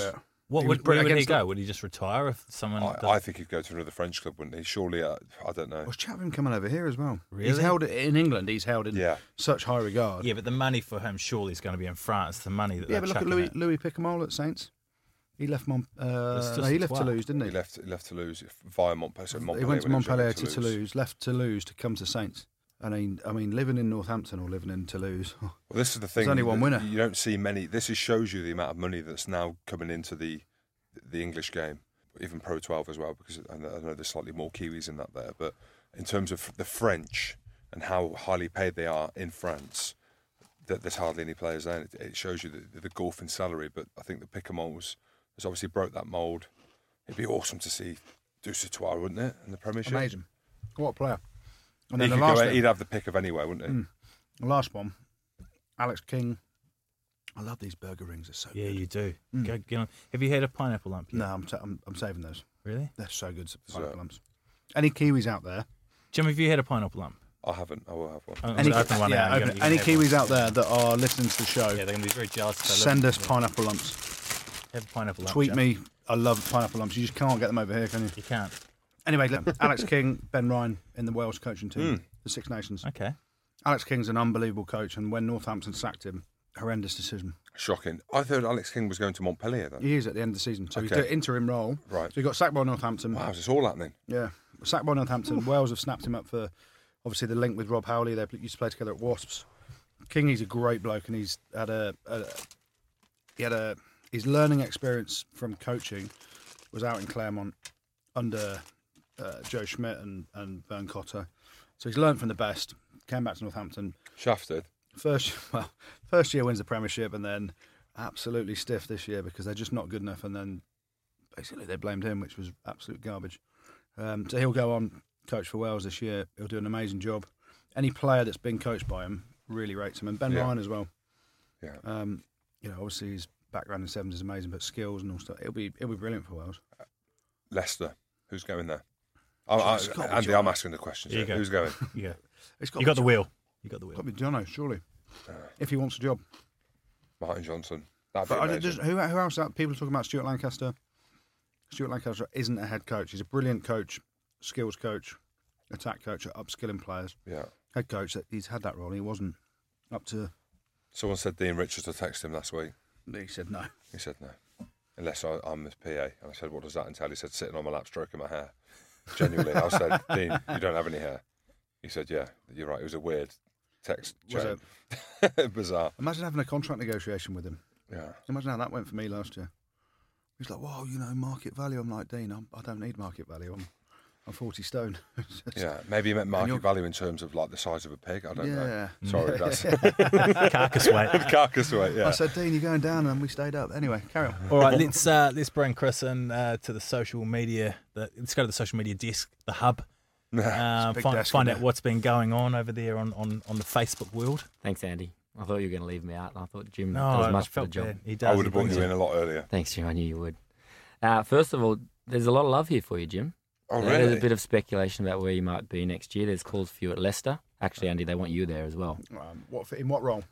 What
He was
would, where would he
against
go?
the-
Would he just retire if someone?
I,
does-
I think he'd go to another French club, wouldn't he? Surely, uh, I don't know.
I was chat of him coming over here as well. He's
Really?
held in England. He's held in
Yeah.
such high regard.
yeah, but the money for him surely is going to be in France. The money that
Yeah,
they're
but look at
chucking
Louis
at.
Louis Picamole at Saints. He left Mont. Uh,
It's just
no, he
a
left
twat.
Toulouse, didn't he?
He left. He left Toulouse via Montpellier. So Montpellier
he went to
when he was
Montpellier to
younger,
Toulouse. left Toulouse to come to Saints. I mean, I mean, living in Northampton or living in Toulouse.
Well, this is the thing.
only one
that
winner.
You don't see many. This is, shows you the amount of money that's now coming into the the English game, even Pro 12 as well, because I know I know there's slightly more Kiwis in that there. But in terms of the French and how highly paid they are in France, that there's hardly any players there. It, it shows you the, the gulf in salary. But I think the Picamoles has obviously broke that mould. It'd be awesome to see Dusatoir, wouldn't it, in the Premiership?
Amazing. What a player. And
He
then the
could go,
last, Hmm.
he'd have the pick of anywhere, wouldn't he?
the last one, Alex King. I love these burger rings. They're so
Yeah,
good.
you do. Go, get on. Have you had a pineapple lump? Yet?
Mm. No, I'm, sa- I'm, I'm saving those.
Really?
They're so good, pineapple lumps. Any Kiwis out there?
Jim, have you had a pineapple lump?
I haven't. I will have one.
I'm
Any,
gonna open one
yeah,
now. You
open
can-
it.
you can
any
have one.
Kiwis out there that are listening to the show,
Yeah, they're going to be very jealous. if they
send
look-
us pineapple lumps.
Have a pineapple. lunch,
Tweet
yeah.
me. I love pineapple lumps. You just can't get them over here, can you?
You can't.
Anyway, look, Alex King, Ben Ryan in the Wales coaching team,
Hmm.
Mm.
the Six Nations.
Okay.
Alex King's an unbelievable coach, and when Northampton sacked him, horrendous decision.
Shocking. I thought Alex King was going to Montpellier then.
He is at the end of the season, so he's
Okay.
doing interim role.
Right.
So he got sacked by Northampton.
Wow, is this all happening?
Yeah, sacked by Northampton. Wales have snapped him up for obviously the link with Rob Howley. They used to play together at Wasps. King, he's a great bloke, and he's had a, a he had a his learning experience from coaching was out in Claremont under uh, Joe Schmidt and and Vern Cotter. So he's learned from the best. Came back to Northampton.
Shafted.
First, well, first year wins the Premiership, and then absolutely stiff this year because they're just not good enough. And then basically they blamed him, which was absolute garbage. Um, so he'll go on coach for Wales this year. He'll do an amazing job. Any player that's been coached by him really rates him, and Ben
Yeah.
Ryan as well.
Yeah.
Um, you know, obviously his background in sevens is amazing, but skills and all stuff. It'll be it'll be brilliant for Wales.
Leicester. Who's going there? I, I,
It's gotta be
Andy,
John.
I'm asking the questions.
Here you
here.
go.
Who's going?
Yeah.
It's got
You
to
got the wheel. You got the wheel.
be Jono, surely,
Uh,
if he wants a job.
Martin Johnson. That'd be
But I
amazing.
don't- just, who, who else? Out? People are talking about Stuart Lancaster. Stuart Lancaster isn't a head coach. He's a brilliant coach, skills coach, attack coach, at upskilling players.
Yeah.
Head coach, that he's had that role. He wasn't up to.
Someone said Dean Richards to text him last week.
He said no.
He said no. Unless I, I'm his PA. And I said, what does that entail? He said, sitting on my lap, stroking my hair. Genuinely. I said, Dean, you don't have any hair. He said, yeah, you're right. It was a weird text.
Was
chain. Bizarre.
Imagine having a contract negotiation with him.
Yeah.
Imagine how that went for me last year. He's like, "Wow, you know, market value." I'm like, "Dean, I'm, I don't need market value. I'm, I'm 40 stone." It's just-
Yeah. Maybe he meant market
you're-
value in terms of like the size of a pig. I don't know.
yeah.
Sorry, that's
Carcass weight.
carcass weight. Yeah.
I said, "Dean, you're going down," and we stayed up. Anyway, carry on.
All right, let's uh, let's bring Chris in uh, to the social media. The, let's go to the social media desk, the hub. Uh,
big
find
desk,
find
isn't it?
out what's been going on over there on, on, on the Facebook world.
Thanks, Andy. I thought you were going to leave me out. and I thought Jim
No,
does
I
much for the
felt
job.
bad. He does.
I would
he
have brought
brings
you
it.
in a lot earlier.
Thanks, Jim. I knew you would. Uh, first of all, there's a lot of love here for you, Jim.
Oh,
There- There's
really?
a bit of speculation about where you might be next year. There's calls for you at Leicester. Actually, Andy, they want you there as well.
Um, what in what role?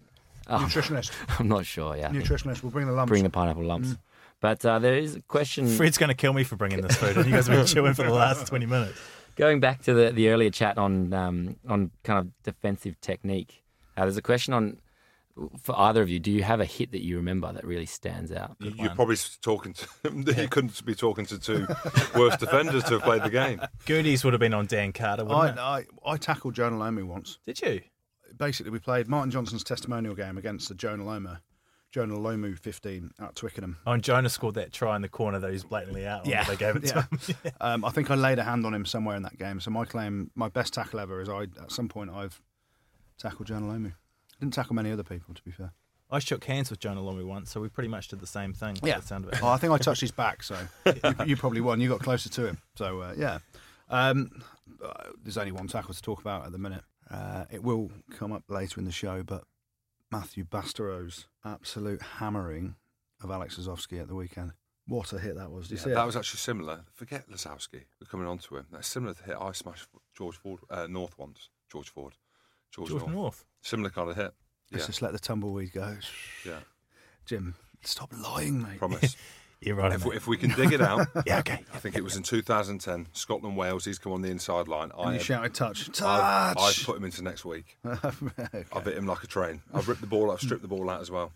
Oh.
Nutritionist.
I'm not sure. Yeah, I think
Nutritionist. We'll bring the lumps.
bring the pineapple lumps.
Mm.
But uh, there is a question.
Fred's going to kill me for bringing this food, and you guys have been chilling for the last twenty minutes.
Going back to the, the earlier chat on um, on kind of defensive technique, uh, there's a question on for either of you. Do you have a hit that you remember that really stands out?
You- You're probably s- talking to. you couldn't be talking to two worse defenders to have played the game.
Goodies would have been on Dan Carter, wouldn't it?
I, I, I tackled Joan Aloma once.
Did you?
Basically, we played Martin Johnson's testimonial game against the Joan Aloma, Joan Alomu 15 at Twickenham.
Oh, and Jonah scored that try in the corner that he was blatantly out. on,
Yeah.
but they gave it to
Yeah.
him.
Um, I think I laid a hand on him somewhere in that game. So my claim, my best tackle ever is I at some point I've tackled Joan Alomu. Didn't tackle many other people, to be fair.
I shook hands with Jonah Lomu once, so we pretty much did the same thing. by
Yeah.
the sound of it.
Oh, I think I touched his back, so you, you probably won. You got closer to him, so uh, yeah. Um, uh, there's only one tackle to talk about at the minute. Uh, it will come up later in the show, but Matthew Bastereau's absolute hammering of Alex Ozovsky at the weekend. What a hit that was! Did you see
that
it?
was actually similar. Forget Lazowski. We're coming on to him. That's similar to the hit I smashed George Ford uh, North once. George Ford. George,
George
North.
North.
Similar kind of hit. Yeah,
Let's just let the tumbleweed go.
yeah.
Jim, stop lying, mate.
Promise.
Yeah, right.
if,
mate.
we, if we can dig it out,
yeah, okay.
I think it was in 2010. Scotland Wales. He's come on the inside line.
and
I
you shouted, "Touch,
I've, I've
touch!"
put him into next week.
Okay.
I've hit him like a train. I've ripped the ball. I've stripped the ball out as well.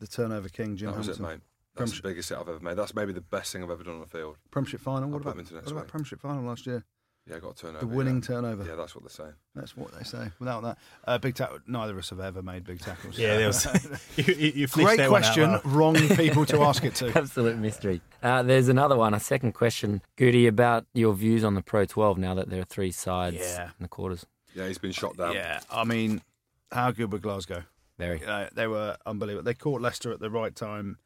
The turnover king, Jim
That was it,
Hamilton.
mate. That's
Prem-
the biggest hit I've ever made. That's maybe the best thing I've ever done on the field.
Premiership final. What
I'll put
about
him into next
what about
week. uh,
Premiership final last year?
Yeah, got a turnover.
The winning
yeah.
turnover.
Yeah, that's what they're saying.
That's what they say. Without that, uh, big tackle. Neither of us have ever made big tackles.
Yeah, there was. you, you, you fleshed
Great
that one out
question.
well.
Wrong people to ask it to.
Absolute mystery. Uh, there's another one, a second question, Goody, about your views on the Pro 12 now that there are three sides
Yeah.
in the quarters.
Yeah, he's been shot down.
Yeah, I mean, how good were Glasgow?
Very.
Uh, they were unbelievable. They caught Leicester at the right time.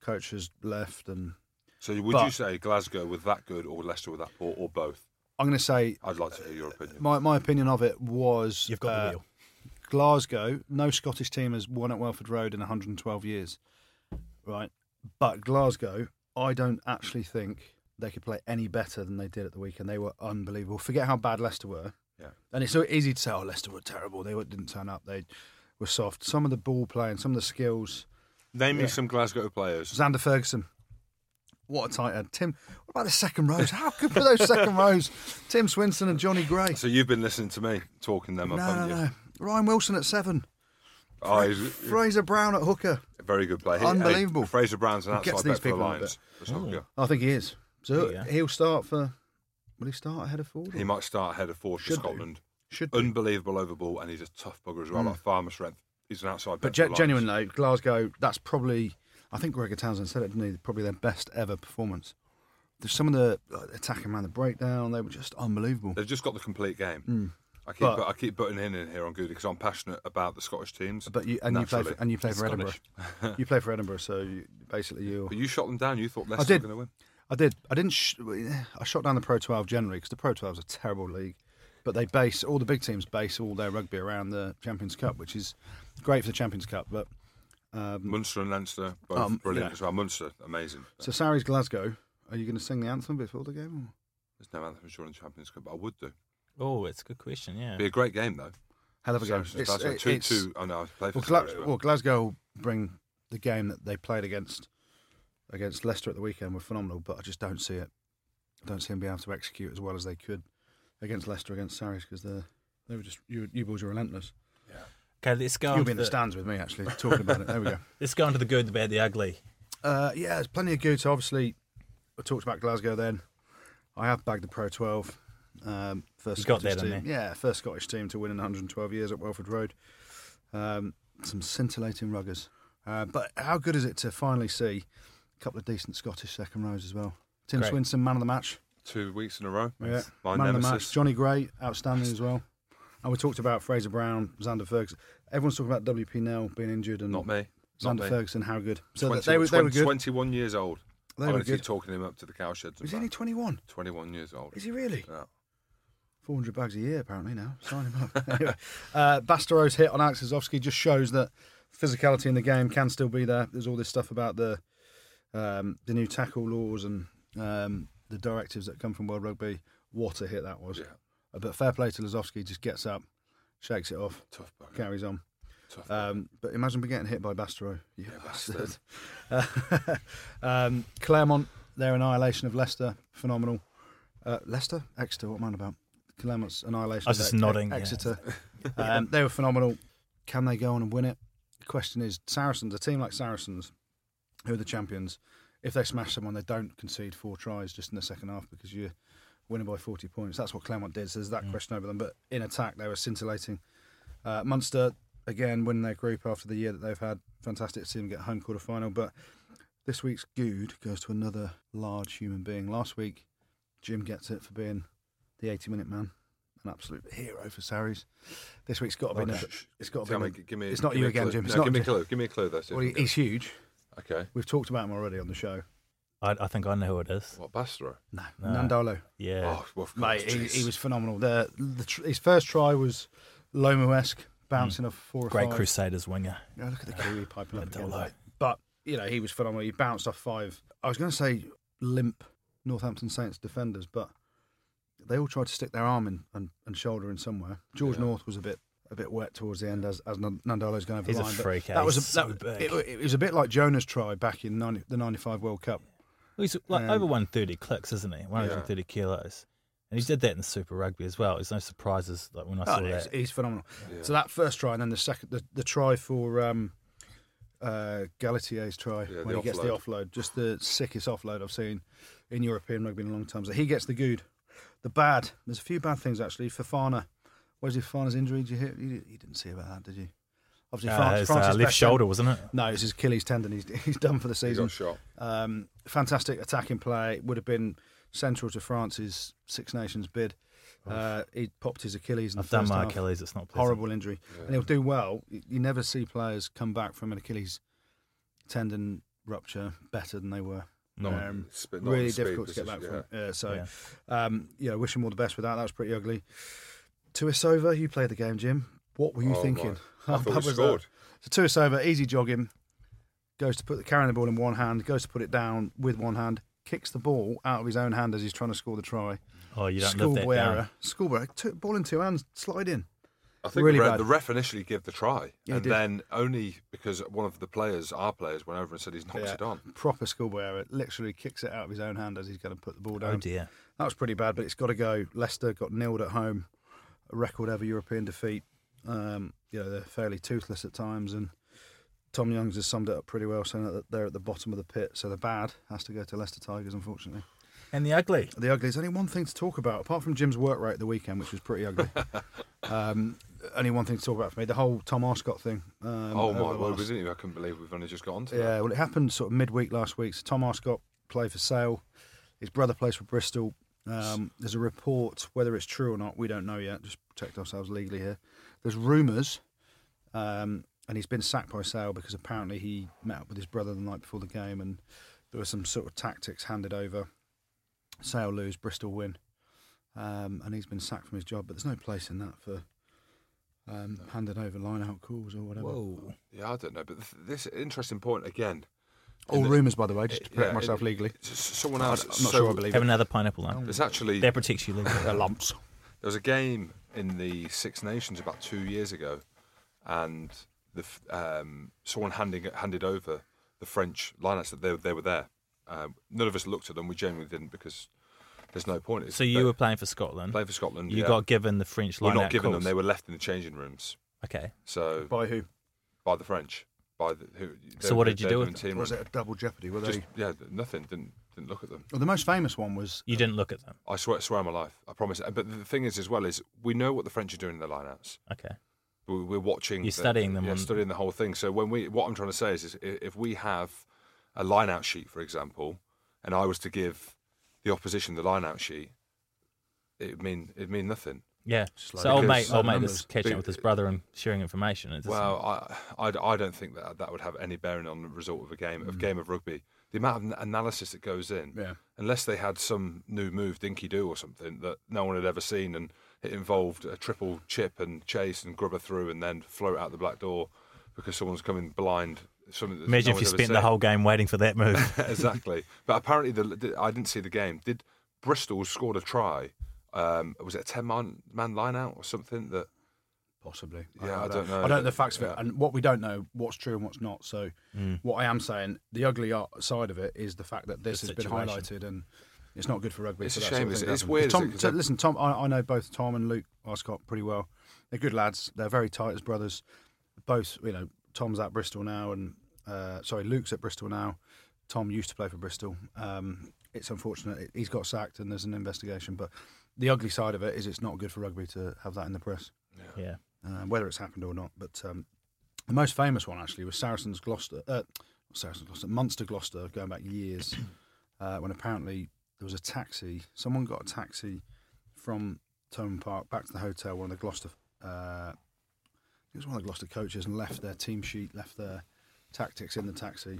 Coach has left, and
So would
But-
you say Glasgow were that good or Leicester were that poor or both?
I'm going to say
I'd like to hear your opinion.
my, my opinion of it was
You've got the
uh,
wheel.
Glasgow. No Scottish team has won at Welford Road in 112 years, right? But Glasgow, I don't actually think they could play any better than they did at the weekend. They were unbelievable. Forget how bad Leicester were.
Yeah.
And it's so easy to say, oh, Leicester were terrible. They were- didn't turn up. They were soft. Some of the ball playing, some of the skills.
Name me
Yeah.
some Glasgow players.
Xander Ferguson. What a tight end. Tim, what about the second rows? How good were those second rows? Tim Swinson and Johnny Gray.
So you've been listening to me talking them
No,
up,
no,
haven't you?
no. Ryan Wilson at seven.
Oh, he's
Fraser Brown at hooker.
a very good player. He-
Unbelievable.
Hey, Fraser Brown's an
He gets
outside
these
bet for the
people Oh. out
Lions. Let's have a go.
I think he is. So
Yeah.
he'll start for. Will he start ahead of Ford?
He might start ahead of Ford for
Should do.
Scotland.
Should. do.
Unbelievable over ball, and he's a tough bugger as well. Like farmer strength. He's an outside
Mm. But
bet. for the
ge-
Lions.
genuine though, Glasgow. That's probably. I think Gregor Townsend said it, didn't he? Probably their best ever performance. There's some of the like, attacking around the breakdown. They were just unbelievable.
They've just got the complete game. I keep
Mm. But-
but, I keep butting in in here on Goody because I'm passionate about the Scottish teams.
But you and you play for,
Naturally.
and you play
It's
for Edinburgh.
Scottish.
you play for Edinburgh, so you, basically you.
But you shot them down. You thought Leicester were
did.
going to win.
I did. I didn't. Sh- I shot down the Pro 12 generally because the Pro 12 is a terrible league, but they base all the big teams base all their rugby around the Champions Cup, which is great for the Champions Cup. But um,
Munster and Leinster, both
Um,
brilliant
yeah.
as well. Munster, amazing.
so Sarri's Glasgow. Are you going to sing the anthem before the game? or-
There's no anthem during the Champions Cup, but I would do.
Oh, it's a good question. Yeah.
Be a great game though.
Hell of a game.
Saracens, Glasgow, two two. Oh no, I play for
Well, Gla-
Saracens, but-
well, Glasgow will bring the game that they played against against Leicester at the weekend were phenomenal, but I just don't see it. I don't see them being able to execute as well as they could against Leicester against Sarries because they they were just you you boys were relentless.
Okay, let's go.
You'll be
On to
in the
the,
stands with me actually talking about it. There we go.
let's go on to the good, the bad, the ugly.
Uh, yeah, there's plenty of good. So obviously, I talked about Glasgow. Then I have bagged the Pro 12. Um, first
You got
Scottish
that in
team, yeah, first Scottish team to win in 112 years at Welford Road. Um, some scintillating ruggers. Uh, but how good is it to finally see a couple of decent Scottish second rows as well? Tim
Great.
Swinson, man of the match.
two weeks in a row.
Yeah,
My
man of the match.
nemesis.
Johnny Gray, outstanding as well. And we talked about Fraser Brown, Xander Ferguson. Everyone's talking about WP Nell being injured and
Not me. Not
Xander
me.
Ferguson, how good. So
20,
they, were, they were
20
good.
21 years old.
They
I'm
were
going to keep
good.
talking him up to the cowsheds.
He's
and
only
back.
21.
21 years old.
Is he really?
Yeah.
400 bags a year, apparently, now. Sign him up. anyway, uh, Bastaro's hit on Alex Azovsky just shows that physicality in the game can still be there. There's all this stuff about the um, the new tackle laws and um, the directives that come from World Rugby. What a hit that was.
Yeah.
Uh, But fair play to Lazowski, just gets up, shakes it off,
Tough bugger.
carries on.
Tough.
Um, but imagine being getting hit by Bastero. You
Yeah,
bastard. um, Claremont, their annihilation of Leicester, phenomenal. Uh, Leicester, Exeter, what am I on about? Claremont's annihilation.
I was
of
just
Ex-
nodding, yeah.
Exeter. um, they were phenomenal. Can they go on and win it? The question is, Saracens, a team like Saracens, who are the champions, if they smash someone, they don't concede four tries just in the second half because you're winning by 40 points. That's what Claremont did. So there's
Mm.
that question over them. But in attack, they were scintillating. Uh, Munster again winning their group after the year that they've had. Fantastic to see them get home quarter final. But this week's good goes to another large human being. Last week, Jim gets it for being the 80 minute man, an absolute hero for Sarries. This week's got to be.
Okay.
It's got to
Oh, Tell
be.
me, g- give me,
it's not
give
you
me a
again,
clue.
Jim. It's
No,
not
give me a
Jim.
clue. Give me a clue, though. see if
Well,
I
he-
can
he's huge.
get it. Okay.
We've talked about him already on the show.
I, I think I know who it is.
What, Bastro?
No,
No.
Nandolo.
Yeah.
Oh, well, of course,
Mate, he,
jeez.
he was phenomenal. The, the tr- his first try was Lomu esque,
Hmm.
bouncing off four or
Great
five.
Crusaders winger.
Yeah, look at the Kiwi piping up again.
Mandela.
But, you know, he was phenomenal. He bounced off five. I was going to say limp Northampton Saints defenders, but they all tried to stick their arm in and, and shoulder in somewhere. George
Yeah.
North was a bit a bit wet towards the end as, as Nan- Nandolo's going over
He's
the
a
line. but
freak, eh?
That was a,
He's so
that-
big.
It, it was a bit like Jonah's try back in 90, the 95 World Cup.
He's like
Um,
over 130 clicks, isn't he? 130 kilos. And he did that in Super Rugby as well. There's no surprises like when I saw
Oh, no, he's,
that.
he's phenomenal.
Yeah.
So that first try, and then the second, the, the try for um, uh, Galatier's try
Yeah,
when
the
he gets the
offload.
offload, just the sickest offload I've seen in European rugby in a long time. So he gets the good, the bad. There's a few bad things actually. Fafana, Wesley Fafana's injury. Did you hear? You, you didn't see about that, did you? Obviously,
Uh,
Fran-
his, uh,
Francis
left
Beckham-
shoulder, wasn't it?
No, it's his Achilles tendon. He's, he's done for the
He
season.
got shot.
Um, fantastic attacking play. Would have been central to France's Six Nations bid. Uh, he popped his Achilles. In the
I've done
first
my
half
Achilles. It's not pleasant.
horrible injury, and he'll do well. You you never see players come back from an Achilles tendon rupture better than they were.
Not on-
Um,
it's been- not on
really
the speed
difficult to get back
position,
from.
yeah.
Yeah, so, um, yeah, wish him all the best with that. That was pretty ugly. Tuisova, you played the game, Jim. What were you
Oh, my.
thinking?
I
How
thought
bad
we
was that?
scored.
So Tuisova, easy jogging, goes to put the carrying the ball in one hand, goes to put it down with one hand, kicks the ball out of his own hand as he's trying to score the try.
Oh, you don't live that
Schoolboy
down.
error. Schoolboy error. Took ball in two hands, slide in.
I think
Really
the, re-
bad.
the ref initially gave the try,
Yeah, he
and
did.
then only because one of the players, our players, went over and said he's knocked
Yeah.
it on.
Proper schoolboy error. Literally kicks it out of his own hand as he's going to put the ball down.
Oh dear.
That was pretty bad, but it's got to go. Leicester got nilled at home, a record ever European defeat. Um, you know, they're fairly toothless at times, and Tom Youngs has summed it up pretty well, saying that they're at the bottom of the pit, so the bad has to go to Leicester Tigers, unfortunately.
And the ugly.
The ugly, there's only one thing to talk about, apart from Jim's work rate the weekend, which was pretty ugly. um, only one thing to talk about for me, the whole Tom Arscott thing. Um,
oh
over
my
the
word, we
last-
didn't even, I couldn't believe we've only just got onto that.
yeah, well, it happened sort of midweek last week. So Tom Arscott played for Sale. His brother plays for Bristol. Um, there's a report, whether it's true or not, we don't know yet. Just protect ourselves legally here. There's rumours, um, and he's been sacked by Sale because apparently he met up with his brother the night before the game, and there were some sort of tactics handed over. Sale lose, Bristol win, um, and he's been sacked from his job. But there's no place in that for um, handed over line out calls or whatever.
Whoa.
Yeah, I don't know, but th- this interesting point again.
All
in the-
rumours, by the way, just to protect
yeah,
myself
in-
legally.
s- Someone else.
I'm not
so
sure I believe
Have
it.
another pineapple line.
There's actually
That protects you legally.
lumps.
There was a game in the Six Nations about two years ago, and the f- um, someone handing handed over the French lineups that they, they were there. Um, none of us looked at them. We genuinely didn't because there's no point. It's-
So you
they-
were playing for Scotland.
playing for Scotland.
You
yeah.
got given the French
We're
line.
not given them. They were left in the changing rooms.
Okay.
So
By who?
by the French, by the who.
So
they-
what did
they-
you
they
do
were
with
in team
Was it
room.
a double jeopardy? Were they?
Just yeah, nothing. Didn't didn't look at them.
Well, the most famous one was
You didn't look at them.
I swear, swear on my life. I promise. But the thing is, as well, is we know what the French are doing in their lineouts.
Okay.
we- we're watching.
You're studying them
Yeah,
on-
studying the whole thing. So when we, what I'm trying to say is, is i- if we have a line out sheet, for example, and I was to give the opposition the line out sheet, it would mean it would mean nothing.
Yeah.
like-
so old
Because-
mate, old mate
numbers.
was catching up with his brother and sharing information. It doesn't-
Well, I, I, I don't think that that would have any bearing on the result of a game
Mm.
of game of rugby. The amount of n- analysis that goes in,
Yeah.
unless they had some new move, Dinky Do or something that no one had ever seen, and it involved a triple chip and chase and grubber through and then float out the black door because someone's coming blind. Something that
imagine
no
if you
one's ever
spent the
seen.
whole game waiting for that move.
exactly. But apparently, the, the- I didn't see the game. Did Bristol scored a try? Um, was it a ten man man line out or something? That
possibly.
Yeah, I don't know.
I don't know the facts of it,
Yeah.
and what we don't know, what's true and what's not. So, what I am saying, the ugly ar- side of it is the fact that this
Mm. The
has been
situation.
highlighted, and it's not good for rugby.
It's
for
a
that
shame,
Sort of
it's-
thing to
it's
happen.
weird,
Tom,
isn't it?
so listen, Tom, I, I know both Tom and Luke Arscott pretty well. They're good lads. They're very tight as brothers. Both, you know, Tom's at Bristol now, and uh, sorry, Luke's at Bristol now. Tom used to play for Bristol. Um, it's unfortunate he's got sacked, and there's an investigation. But the ugly side of it is it's not good for rugby to have that in the press
yeah.
um, whether it's happened or not. But um, the most famous one actually was Saracens Gloucester, uh, not Saracens Gloucester, Munster Gloucester, going back years, uh, when apparently there was a taxi. Someone got a taxi from Tone Park back to the hotel. One of the Gloucester, uh, it was one of the Gloucester coaches, and left their team sheet, left their tactics in the taxi.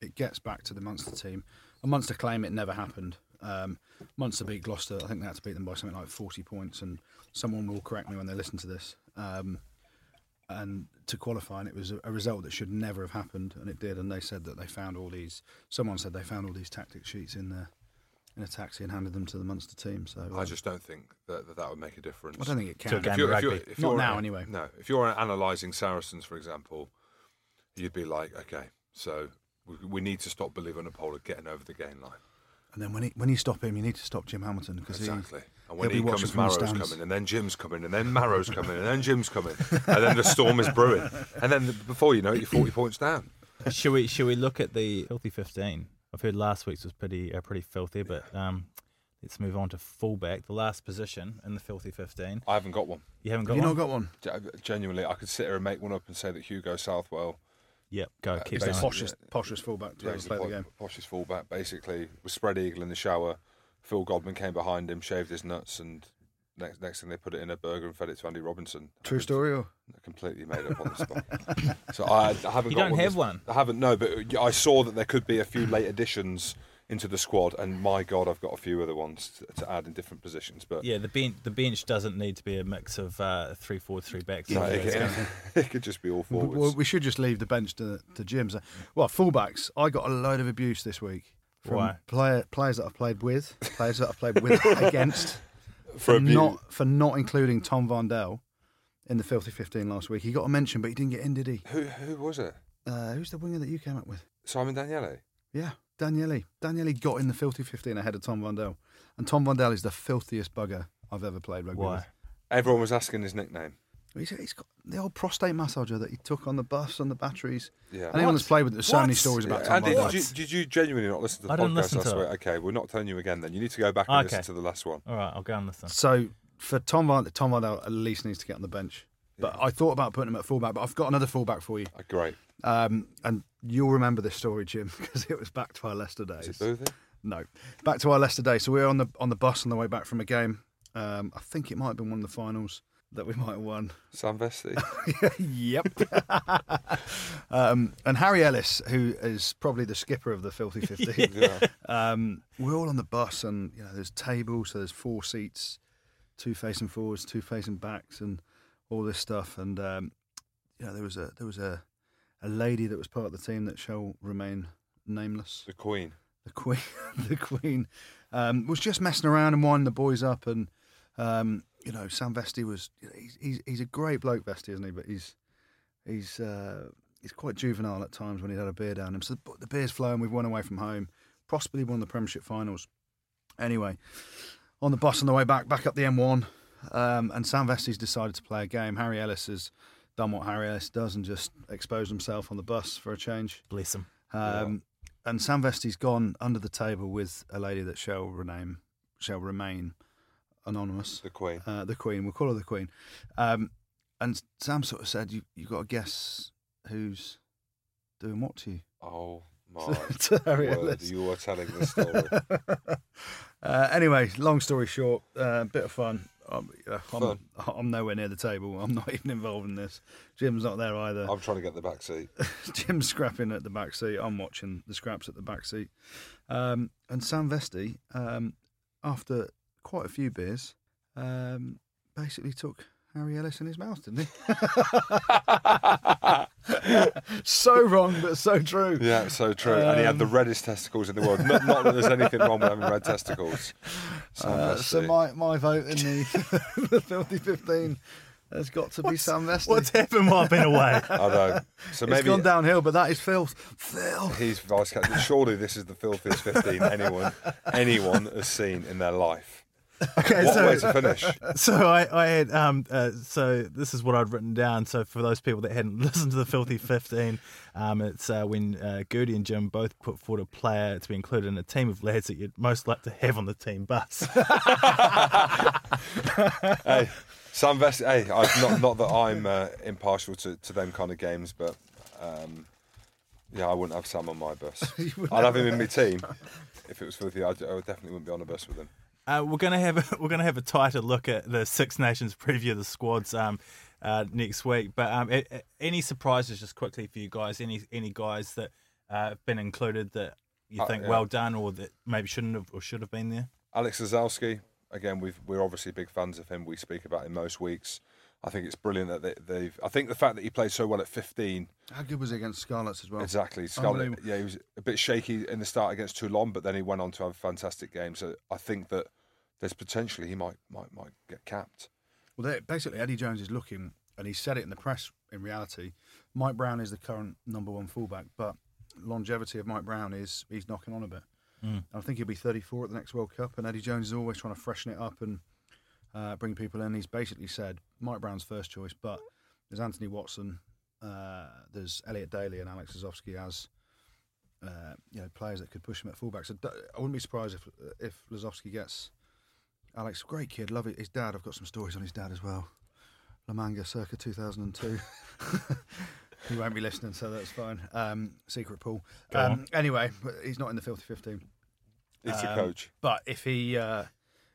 It gets back to the Munster team, and Munster claim it never happened. Um, Munster beat Gloucester. I think they had to beat them by something like 40 points, and someone will correct me when they listen to this. Um, and to qualify, and it was a, a result that should never have happened, and it did. And they said that they found all these. Someone said they found all these tactic sheets in the in a taxi and handed them to the Munster team. So
I
um,
just don't think that that, that would make a difference.
I don't think it
To a
can.
game
you're-
of
you're-
rugby.
if
Not
you're-
now, anyway.
No, if you're analysing Saracens, for example, you'd be like, okay, so we, we need to stop believing a polar getting over the gain line.
And then when he, when you stop him, you need to stop Jim Hamilton because
Exactly. And when
he'll
he
be watching
comes,
from the
Marrow's
stands.
coming, and then Jim's coming, and then Marrow's coming, and then Jim's coming, and then the storm is brewing. And then before you know it, you're 40 points down.
should we should we look at the filthy fifteen? I've heard last week's was pretty uh, pretty filthy, but um, let's move on to fullback, the last position in the filthy fifteen.
I haven't got one.
You haven't got
have you
one.
not got one?
Gen- Genuinely, I could sit here and make one up and say that Hugo Southwell,
Yep, go keep
He's the
Basically,
going.
poshest poshest fullback to
yeah,
ever
he's the
play the
po-
game.
poshest fullback, basically was spread eagle in the shower. Phil Godwin came behind him, shaved his nuts, and next next thing they put it in a burger and fed it to Andy Robinson.
True story, or
Completely made up on the spot. so I, I haven't.
You
got
don't
one
have
this-
one?
I haven't. No, but I saw that there could be a few late additions into the squad, and my God, I've got a few other ones to, to add in different positions. But
Yeah, the bench the bench doesn't need to be a mix of uh, three forwards, three backs.
no,
Yeah,
it,
it's
it-
gonna-
it could just be all forwards.
well, we should just leave the bench to to Jim's. Well, fullbacks, I got a load of abuse this week. from
Why?
player, players that I've played with, players that I've played with against,
For abuse.
not for not including Tom Vondell in the filthy fifteen last week. He got a mention, but he didn't get in, did he?
Who who was it?
Uh, who's the winger that you came up with?
Simon Daniele.
Yeah, Daniele. Daniele got in the filthy fifteen ahead of Tom Vondell, and Tom Vondell is the filthiest bugger I've ever played rugby with.
Why?
Everyone was asking his nickname.
He's, he's got the old prostate massager that he took on the bus and the batteries.
Yeah.
And Anyone that's played with it, there's so many
What?
stories about
Yeah,
Tom
Andy,
Vondell.
did you, did you genuinely not listen to the
I
podcast
didn't listen
last
to
week?
it.
Okay, we're not telling you again then. You need to go back and
Okay.
listen to the last one.
All right, I'll go and listen.
So for Tom Vondell, Tom Vondell at least needs to get on the bench. But I thought about putting him at fullback, but I've got another fullback for you.
Uh, Great.
Um, and you'll remember this story, Jim, because it was back to our Leicester
Is
days.
it Boothie?
No, back to our Leicester days. So we were on the on the bus on the way back from a game. Um, I think it might have been one of the finals that we might have won.
Sam Vesti?
yep. um, and Harry Ellis, who is probably the skipper of the Filthy Fifteen,
yeah.
um, we're all on the bus, and you know, there's tables, so there's four seats, two facing forwards, two facing backs, and all this stuff. And um, you know, there was a there was a a lady that was part of the team that shall remain nameless.
The Queen.
The queen, the queen, um, was just messing around and winding the boys up, and um, you know, Sam Vesti was he's, he's he's a great bloke, Vesti, isn't he? But he's he's uh, he's quite juvenile at times when he's had a beer down him. So the, the beer's flowing. We've won away from home, possibly won the Premiership finals. Anyway, on the bus on the way back, back up the M1, um, and Sam Vesti's decided to play a game. Harry Ellis has done what Harry Ellis does and just exposed himself on the bus for a change.
Bless him.
Um, And Sam Vesti's gone under the table with a lady that shall rename, shall remain anonymous.
The Queen.
Uh, the Queen, we'll call her the Queen. Um, and Sam sort of said, "You you got to guess who's doing what to you."
Oh, my
To Harry
word.
Ellis.
You are telling the story.
Uh, anyway, long story short, uh, bit of fun. I'm, uh, I'm,
Fun.
I'm nowhere near the table. I'm not even involved in this. Jim's not there either.
I'm trying to get the back seat.
Jim's scrapping at the back seat. I'm watching the scraps at the back seat. Um, and Sam Vesti, um, after quite a few beers, um, basically took Harry Ellis in his mouth, didn't he? so wrong, but so true.
Yeah, it's so true. and he
Um,
had the reddest testicles in the world. Not, not that there's anything wrong with having red testicles. Sam
Uh,
Vesti.
so my, my vote in the, the filthy 15 has got to be Sam Vesti.
What's happened while I've been away?
I know. So
it's
maybe
gone downhill, but that is filth. Filth.
he's vice captain. Surely this is the filthiest 15 anyone anyone has seen in their life.
Okay,
What way
so
to finish?
so I, I had um uh, so this is what I'd written down. So for those people that hadn't listened to the Filthy Fifteen, um, it's uh, when uh, Gertie and Jim both put forward a player to be included in a team of lads that you'd most like to have on the team bus.
hey, Sam Vest. Hey, I've not not that I'm uh, impartial to, to them kind of games, but um, yeah, I wouldn't have Sam on my bus. I'd have him in my team if it was filthy. I'd, I would definitely wouldn't be on a bus with him.
Uh, we're gonna have a, we're gonna have a tighter look at the Six Nations preview of the squads um, uh, next week. But um, a- a- any surprises, just quickly for you guys, any any guys that uh, have been included that you
Uh,
think
yeah.
well done or that maybe shouldn't have or should have been there?
Alex Zazowski, again, we've, we're obviously big fans of him. We speak about him most weeks. I think it's brilliant that they, they've. I think the fact that he played so well at 15
How good was he against Scarlets as well?
Exactly. Scarlett,
Unbelievable.
yeah, he was a bit shaky in the start against Toulon, but then he went on to have a fantastic game. So I think that there's potentially he might might might get capped.
Well, they- basically, Eddie Jones is looking, and he said it in the press. In reality, Mike Brown is the current number one fullback, but longevity of Mike Brown is he's knocking on a bit. I think he'll be 34 at the next World Cup, and Eddie Jones is always trying to freshen it up and uh, bring people in. He's basically said Mike Brown's first choice, but there's Anthony Watson, uh, there's Elliot Daly, and Alex Zazowski as uh, you know players that could push him at fullback. So d- I wouldn't be surprised if if Lazowski gets Alex, great kid, love it. His dad, I've got some stories on his dad as well. Lamanga, circa 2002. he won't be listening, so that's fine. Um, secret pool.
Go
Um, anyway, he's not in the filthy 15.
It's a
Um,
coach.
But if he, uh,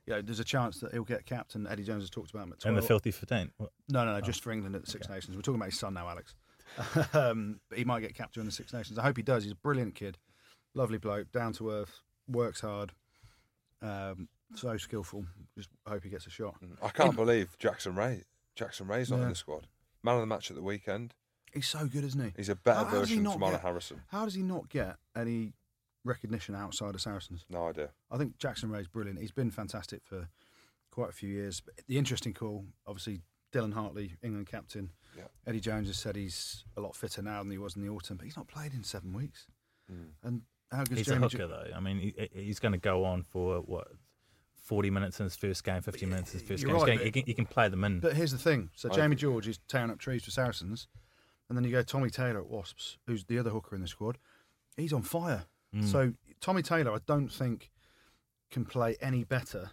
you know, there's a chance that he'll get capped, and Eddie Jones has talked about him at 12.
And the Oh. filthy fifteen.
No, no, no, just for England at the Six Nations. We're talking about his son now, Alex. um, but he might get capped during the Six Nations. I hope he does. He's a brilliant kid, lovely bloke, down to earth, works hard, um, so skillful. Just hope he gets a shot.
Mm. I can't believe Jackson Ray. Jackson Ray's not
Yeah.
in the squad. Man of the match at the weekend.
He's so good, isn't he?
He's a better
How- how does he
version of
not
Tamara
get-
Harrison.
How does he not get any recognition outside of Saracens.
No idea.
I think Jackson Ray's brilliant. He's been fantastic for quite a few years. But the interesting call, obviously, Dylan Hartley, England captain.
Yeah.
Eddie Jones has said he's a lot fitter now than he was in the autumn, but he's not played in seven weeks.
Mm.
And how good
He's a
Jamie? Jo-
hooker, though. I mean, he, he's going to go on for what, 40 minutes in his first game, 50 minutes in his first
You're
game. He's
right,
going-
but-
you, can, you can play them in.
But here's the thing: so
I
Jamie
agree.
George is tearing up trees for Saracens, and then you go Tommy Taylor at Wasps, who's the other hooker in the squad. He's on fire.
Mm.
So Tommy Taylor, I don't think can play any better,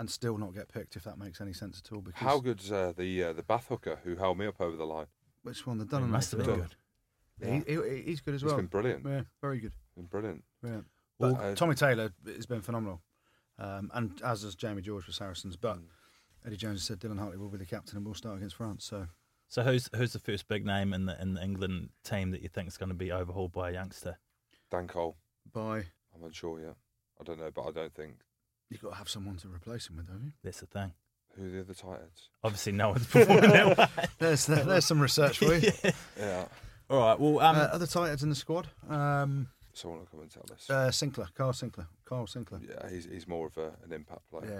and still not get picked. If that makes any sense at all, because
How good's uh, the uh, the Bath hooker who held me up over the line?
which one the
He
Dunham
must have been
good.
He, he- he's good as
He's
well.
been brilliant.
Yeah, very good.
Been brilliant.
Yeah.
Well,
But
uh,
Tommy Taylor has been phenomenal, um, and as has Jamie George for Saracens. But
Mm.
Eddie Jones said Dylan Hartley will be the captain and will start against France. So
So who's who's the first big name in the in the England team that you think is going to be overhauled by a youngster?
Dan Cole.
by
I'm unsure yet. I don't know, but I don't think
you've got to have someone to replace him with, don't you?
That's the thing.
who the other tight ends.
Obviously, no one's performing that well.
There's there's some research for you.
Yeah.
All right. Well, um,
uh, other tight ends in the squad: um,
Someone will come and tell us.
uh, Sinclair, Carl Sinclair, Carl Sinclair.
yeah, he's he's more of a, an impact player.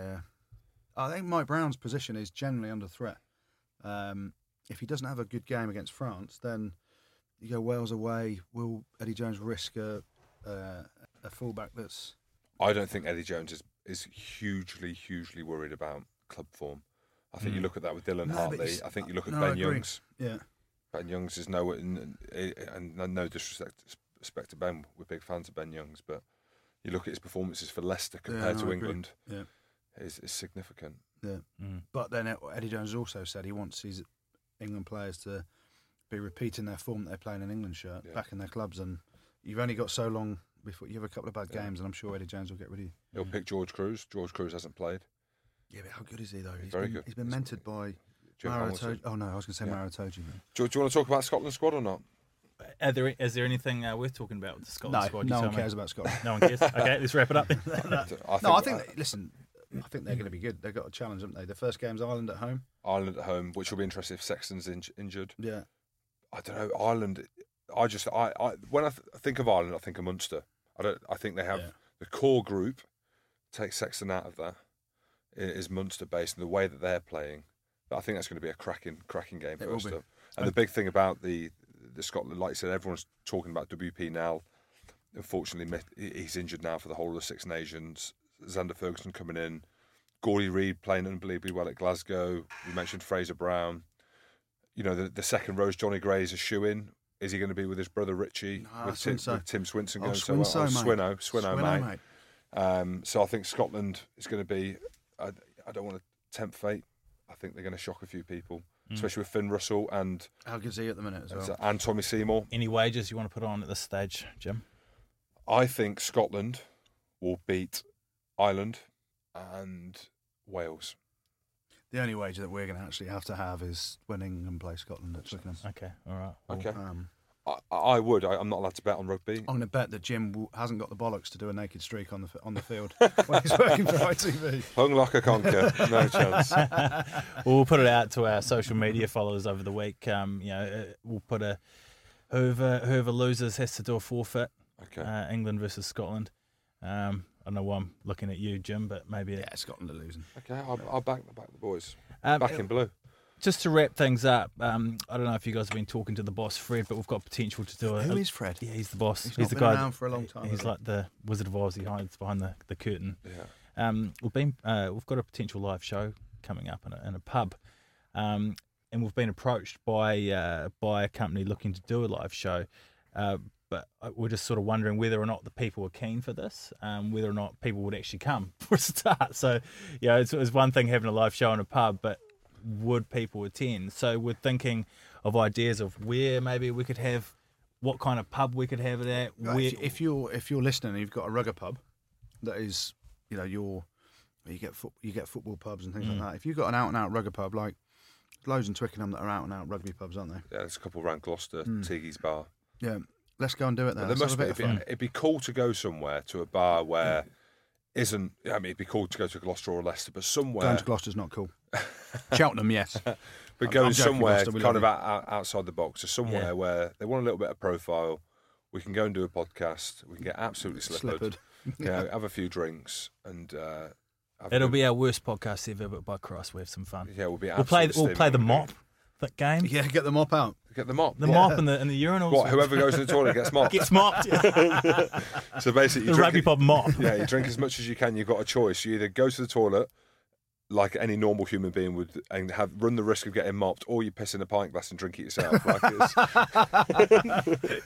Yeah, I think Mike Brown's position is generally under threat. Um, if he doesn't have a good game against France, then you go Wales away. Will Eddie Jones risk a uh, a fullback that's
I don't think Eddie Jones is, is hugely, hugely worried about club form. I think you look at that with Dylan
Hmm. No, but
Hartley.
he's-
I think you look at
no, I
Ben
agree.
Youngs.
yeah
Ben Youngs is no, and, eh, and no disrespect respect to Ben. We're big fans of Ben Youngs, but you look at his performances for Leicester compared
no, I
to
agree.
England.
Yeah.
Is, is significant.
mm,
But then it- Eddie Jones also said he wants his England players to be repeating their form that they're playing in England shirt
Yeah.
back in their clubs, and you've only got so long before you have a couple of bad
Yeah.
games, and I'm sure Eddie Jones will get rid of you.
He'll pick George Cruz. George Cruz hasn't played.
Yeah, but how good is he though? He's
very
been,
good.
He's been
He's-
mentored by
Jim Hamilton.
Maratoji. Oh no, I was going to say
Yeah.
Maratoji.
Do, do you want to talk about Scotland squad or not?
are there is there anything uh, worth talking about with the Scotland
no,
squad? You
no
tell
one
me.
cares about Scotland.
No one cares. Okay, let's wrap it up. then.
I think,
no, I think uh, they- listen, I think they're going to be good. They've got a challenge, haven't they? The first game's Ireland at home.
uh, Ireland at home, which will be interesting if Sexton's in, injured.
Yeah,
I don't know. Ireland. I just I, I when I th- think of Ireland, I think of Munster. I don't. I think they have
Yeah.
the core group. Take Sexton out of that. i- Is Munster based and the way that they're playing. But I think that's going to be a cracking, cracking game
It will
first
be.
up. And the big thing about the the Scotland, like you said, everyone's talking about WP now. Unfortunately, mi- he- he's injured now for the whole of the Six Nations. Xander Ferguson coming in. Gordy Reid playing unbelievably well at Glasgow. You mentioned Fraser Brown. You know, the, the second row's Johnny Gray is a shoe in. Is he going to be with his brother Richie?
Nah,
with, Tim,
Swinso.
with Tim Swinson
Oh,
going so well. Oh,
Swinso, mate.
Swinno, Swinno,
Swinno,
mate. Um, so I think Scotland is going to be. I, I don't want to tempt fate. I think they're going to shock a few people, especially with Finn Russell and
How good's he at the minute as well?
and Tommy Seymour.
Any wages you want to put on at this stage, Jim?
I think Scotland will beat Ireland and Wales.
The only wager that we're going to actually have to have is when England play Scotland at Twickenham.
Okay. All right. Well,
Okay,
Um,
I, I would. I, I'm not allowed to bet on rugby.
I'm going to bet that Jim w- hasn't got the bollocks to do a naked streak on the f- on the field when he's working for ITV.
Hung like a conker, no chance.
Well, we'll put it out to our social media followers over the week. Um, you know, uh, we'll put a whoever whoever loses has to do a forfeit.
Okay,
Uh, England versus Scotland. Um, I don't know why I'm looking at you, Jim, but maybe
Yeah, Scotland are losing.
okay. I'll, I'll back back the boys.
um,
Back in blue.
Just to wrap things up, um, I don't know if you guys have been talking to the boss, Fred, but we've got potential to do it.
Who is Fred?
Yeah, he's the boss.
He's,
He's,
not
the
been
guy.
around
that-
for a long time.
he's
has he?
like the Wizard of Oz. He hides behind the, the curtain.
Yeah.
Um, we've been uh, we've got a potential live show coming up in a, in a pub, um, and we've been approached by uh, by a company looking to do a live show, uh, but I- we're just sort of wondering whether or not the people are keen for this, um, whether or not people would actually come for a start. So, you know, it's, it's one thing having a live show in a pub, but would people attend? So we're thinking of ideas of where maybe we could have. What kind of pub we could have it at?
Right,
Where,
if, if you're if you're listening, and you've got a rugger pub that is, you know, your you get foot, you get football pubs and things like
Mm.
that. If you've got an out and out rugger pub, like loads in Twickenham that are out and out rugby pubs, aren't they?
Yeah, there's a couple around Gloucester, Tiggy's Bar.
Yeah, let's go and do it there.
But there
Hmm. Let's
must
have
be.
a bit
It'd
of
be,
fun.
it'd be cool to go somewhere to a bar where isn't. I mean, it'd be cool to go to Gloucester or Leicester, but somewhere,
Going to Gloucester's not cool. Cheltenham, yes.
but
I'm
going
joking,
somewhere
Gloucester, we
kind
love
of out, out, outside the box, or somewhere
Yeah.
where they want a little bit of profile, We can go and do a podcast. We can get absolutely slippered.
Slippered.
you know, have a few drinks and uh, have a
It'll
good-
be our worst podcast ever, but by Christ, we have some fun.
yeah. We'll be
We'll play.
absolutely
We'll play the
steaming.
mop. That game.
Yeah, get the mop out.
Get the mop.
The
What?
mop and the and the urinals.
What? Whoever goes in the toilet gets mopped.
gets mopped.
So basically,
the
you drink,
rugby
it-
pop mop.
yeah, you drink as much as you can. You've got a choice. You either go to the toilet, like any normal human being would, and have run the risk of getting mopped, or you piss in a pint glass and drink it yourself. Like it's,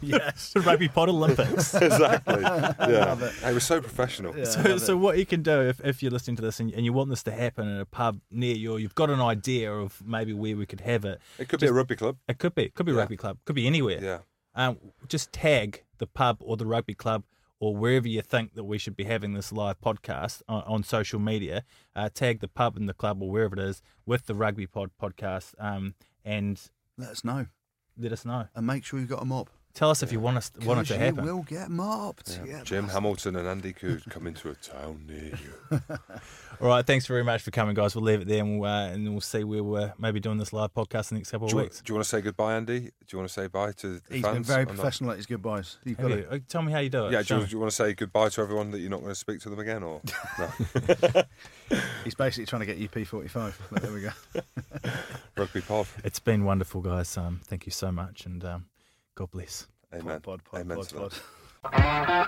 yes. The rugby pod Olympics.
exactly. Yeah, it was so professional.
Yeah,
So,
love it.
so what you can do if, if you're listening to this and, and you want this to happen in a pub near you, or you've got an idea of maybe where we could have it.
It could be a rugby club.
It could be, it could be
Yeah.
rugby club, could be anywhere.
Yeah,
Um, just tag the pub or the rugby club or wherever you think that we should be having this live podcast on, on social media. Uh, tag the pub and the club or wherever it is with the rugby pod podcast. Um, and
Let us know
let us know.
and make sure you've got a mop.
Tell us if you want us want it
'Cause
to
you
happen.
will get mopped. Yeah,
Jim
that's-
Hamilton and Andy Coos come into a town near you.
All right, thanks very much for coming, guys. We'll leave it there, and we'll, uh, and we'll see where we're maybe doing this live podcast in the next couple of
Do you,
weeks.
do you want to say goodbye, Andy? Do you want to say bye to the
He's
fans?
been very
or not?
professional at his goodbyes. You've
Have
got
you?
it.
Uh, Tell me how you do it.
Yeah, do
Show
you,
me.
do you want to say goodbye to everyone that you're not going to speak to them again, or no?
He's basically trying to get UP45. But there we go.
rugby pod?
It's been wonderful, guys. Um, thank you so much, and um, God bless.
Amen.
Pod, pod, pod,
Amen
pod,
to that.
pod.